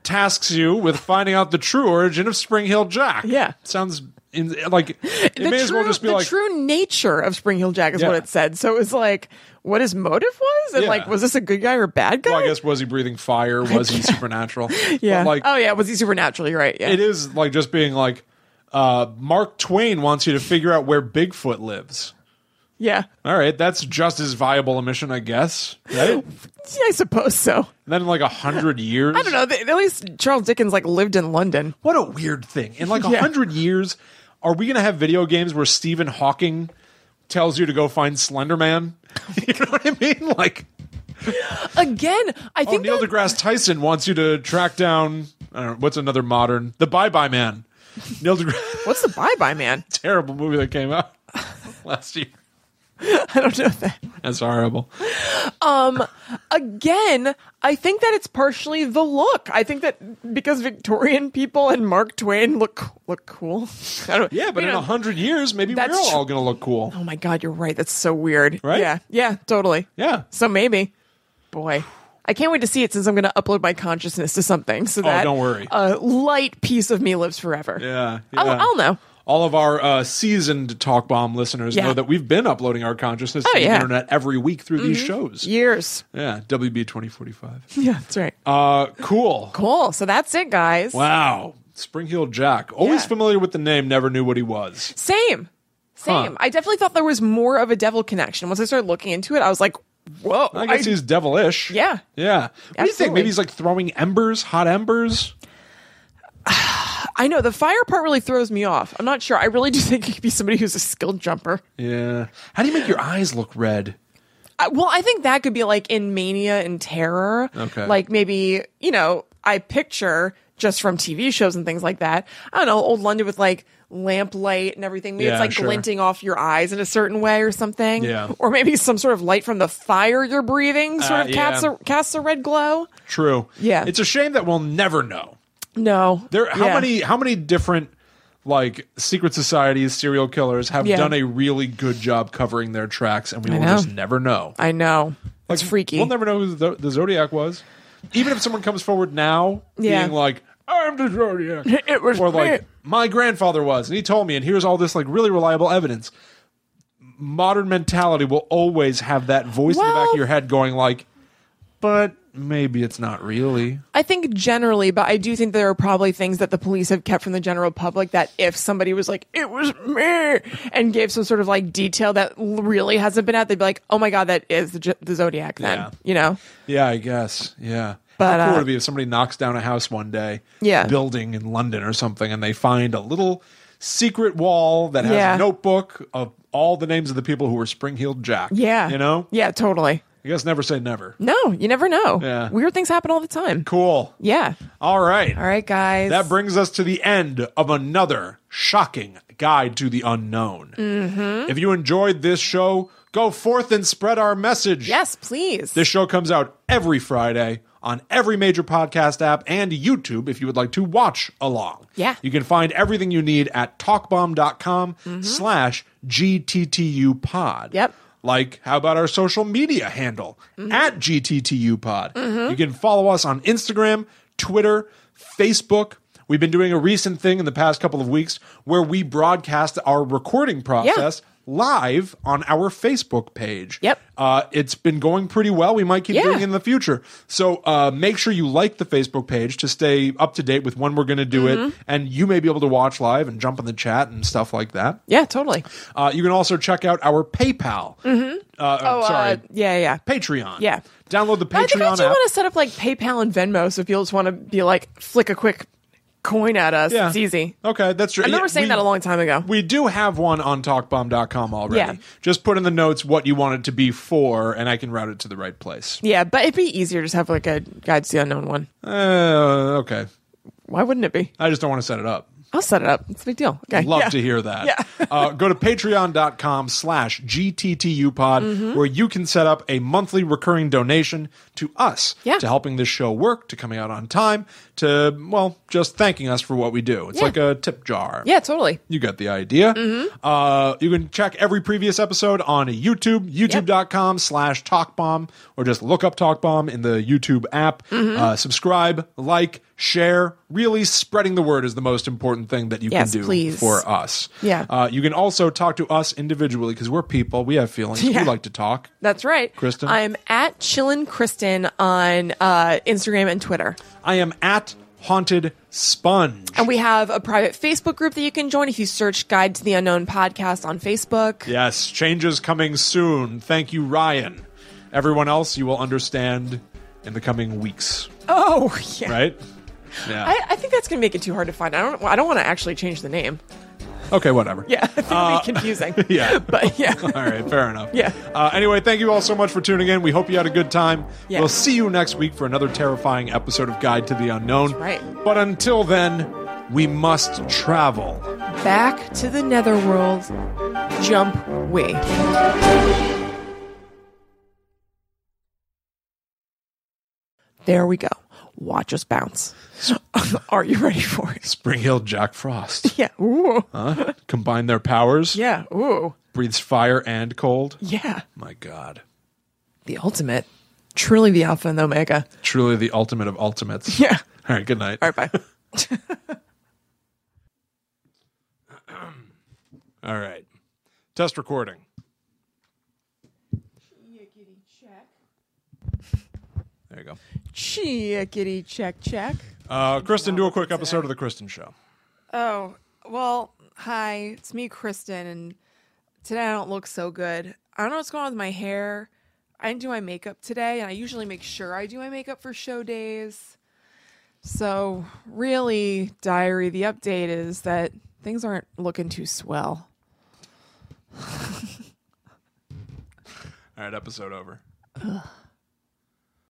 tasks you with finding out the true origin of Spring Hill Jack.
Yeah.
Sounds in, like it
the
may
true,
as well just be
the
like,
true nature of Spring Hill Jack is
Yeah.
what it said. So it was like what his motive was, and
Yeah.
like was this a good guy or a bad guy?
well, I guess, was he breathing fire? Was he supernatural?
yeah.
But, like,
oh yeah, was he supernatural? You're right. Yeah.
it is like just being like, uh, Mark Twain wants you to figure out where Bigfoot lives.
yeah.
All right, that's just as viable a mission, I guess. Right?
Yeah, I suppose so.
And then in like a hundred years.
I don't know. They, at least Charles Dickens like lived in London.
What a weird thing. In like a
Yeah.
hundred years, are we gonna have video games where Stephen Hawking tells you to go find Slender Man? you know what I mean? Like
Again, I
oh,
think
Neil
that-
deGrasse Tyson wants you to track down I don't know, what's another modern the Bye Bye Man. Neil deGrasse
what's the bye bye man?
terrible movie that came out last year.
I don't know that.
That's horrible.
Um, again, I think that it's partially the look. I think that because Victorian people and Mark Twain look look cool. I don't,
Yeah, but
you
in
know,
a hundred years, maybe we're
That's
all gonna look cool.
oh my god, you're right. That's so weird.
Right?
Yeah, yeah, totally.
Yeah.
So maybe, boy, I can't wait to see it since I'm going to upload my consciousness to something so that
Oh, don't worry.
a light piece of me lives forever.
Yeah.
I'll,
yeah.
I'll know.
All of our uh, seasoned Talk Bomb listeners
Yeah.
know that we've been uploading our consciousness to
Oh,
the
yeah.
internet every week through these shows.
Years.
Mm-hmm. Yeah, WB 2045.
Yeah, that's right.
Uh, cool.
cool. So that's it, guys.
Wow. Spring Hill Jack. Always
Yeah.
familiar with the name, never knew what he was.
Same. Same. I definitely thought there was more of a devil connection. Once I started looking into it, I was like, whoa.
I guess
I-
he's devilish.
Yeah.
Yeah. What do you think?
Absolutely.
Maybe he's like throwing embers, hot embers?
I know the fire part really throws me off. I'm not sure. I really do think it could be somebody who's a skilled jumper.
Yeah. How do you make your eyes look red?
I, well, I think that could be like in Mania and Terror.
Okay.
Like maybe, you know, I picture just from TV shows and things like that. I don't know, old London with like lamplight and everything. Maybe
Yeah,
it's like
sure.
glinting off your eyes in a certain way or something.
Yeah.
Or maybe some sort of light from the fire you're breathing sort
Uh,
of casts,
yeah.
a, casts a red glow.
True.
Yeah.
It's a shame that we'll never know.
No.
There, how
Yeah.
many how many different like secret societies, serial killers have
Yeah.
done a really good job covering their tracks, and we will
know.
just never know.
I know. It's freaky.
We'll never know who the, the Zodiac was. Even if someone comes forward now,
Yeah.
being like, "I'm the Zodiac,"
It was
or like,
me.
"My grandfather was," and he told me, and here's all this like really reliable evidence. Modern mentality will always have that voice in the back
Well-
of your head going like, "But maybe it's not really."
I think generally, but I do think there are probably things that the police have kept from the general public that if somebody was like, it was me, and gave some sort of like detail that l- really hasn't been out, they'd be like, oh my God, that is the, J- the Zodiac then,
Yeah.
you know?
Yeah, I guess. Yeah.
But,
How cool
uh,
would it be if somebody knocks down a house one day,
Yeah.
building in London or something, and they find a little secret wall that has
Yeah.
a notebook of all the names of the people who were Spring Heeled Jack.
Yeah.
You know?
Yeah, totally.
I guess never say never.
No, you never know.
Yeah.
Weird things happen all the time.
Cool.
Yeah.
All right.
All right, guys.
That brings us to the end of another shocking guide to the unknown. Mm-hmm. If you enjoyed this show, go forth and spread our message.
yes, please.
This show comes out every Friday on every major podcast app and YouTube if you would like to watch along.
Yeah.
You can find everything you need at talkbomb.com slash GTTU pod.
Mm-hmm. Yep. Mm-hmm.
Like, how about our social media handle at GTTU pod? You can follow us on Instagram, Twitter, Facebook. We've been doing a recent thing in the past couple of weeks where we broadcast our recording process live on our Facebook page.
Yep.
Uh, it's been going pretty well. We might keep
Yeah.
doing it in the future. So uh, make sure you like the Facebook page to stay up to date with when we're going to do it.
Mm-hmm.
And you may be able to watch live and jump in the chat and stuff like that.
Yeah, totally.
Uh, you can also check out our PayPal. Uh,
Oh, uh,
sorry.
yeah, yeah.
Patreon.
Yeah.
Download the Patreon
I think I do
app.
want to set up like PayPal and Venmo, so if you'll just want to be like flick a quick coin at us,
Yeah.
it's easy.
Okay, that's true.
I remember saying that a long time ago.
We do have one on talkbomb.com already.
Yeah.
Just put in the notes what you want it to be for, and I can route it to the right place.
yeah, but it'd be easier to just have like a guide to the unknown one.
Uh, okay.
Why wouldn't it be?
I just don't want to set it up.
I'll set it up. It's a big deal. Okay.
Love
Yeah.
to hear that.
Yeah.
uh, go to patreon.com slash gttupod
Mm-hmm.
where you can set up a monthly recurring donation to us,
Yeah.
to helping this show work, to coming out on time, to, well, just thanking us for what we do. It's
Yeah.
like a tip jar.
Yeah, totally.
You got the idea.
Mm-hmm.
Uh, you can check every previous episode on YouTube, youtube.com slash talkbomb, or just look up talkbomb in the YouTube app.
Mm-hmm.
Uh, subscribe, like, share. Really spreading the word is the most important thing that you
Yes,
can do
please.
for us.
Yeah.
Uh, you can also talk to us individually because we're people. We have feelings.
Yeah.
We like to talk.
That's right.
Kristen?
I'm at Chillin' Kristen on uh, Instagram and Twitter.
I am at Haunted Sponge.
And we have a private Facebook group that you can join if you search Guide to the Unknown podcast on Facebook.
Yes, changes coming soon. Thank you, Ryan. Everyone else, you will understand in the coming weeks.
Oh, yeah.
right? Yeah.
I, I think that's going to make it too hard to find. I don't. I don't want to actually change the name.
okay, whatever.
Yeah, I think it'll be confusing.
yeah.
but yeah.
All right, fair enough.
Yeah.
Uh, anyway, thank you all so much for tuning in. We hope you had a good time.
Yeah.
We'll see you next week for another terrifying episode of Guide to the Unknown.
right.
But until then, we must travel.
Back to the netherworld. Jump way. There we go. Watch us bounce. Are you ready for it?
Spring Hill Jack Frost.
Yeah. Ooh.
Huh? Combine their powers.
Yeah. Ooh.
Breathes fire and cold.
Yeah.
My God.
The ultimate. Truly the alpha and the omega.
Truly the ultimate of ultimates.
Yeah.
All right, good night.
All right. Bye.
All right. Test recording. There you go.
Chickity check check.
Uh, Kristen, do a quick episode of The Kristen Show.
Oh, well, hi. It's me, Kristen, and today I don't look so good. I don't know what's going on with my hair. I didn't do my makeup today, and I usually make sure I do my makeup for show days. So, really, diary, the update is that things aren't looking too swell.
All right, episode over.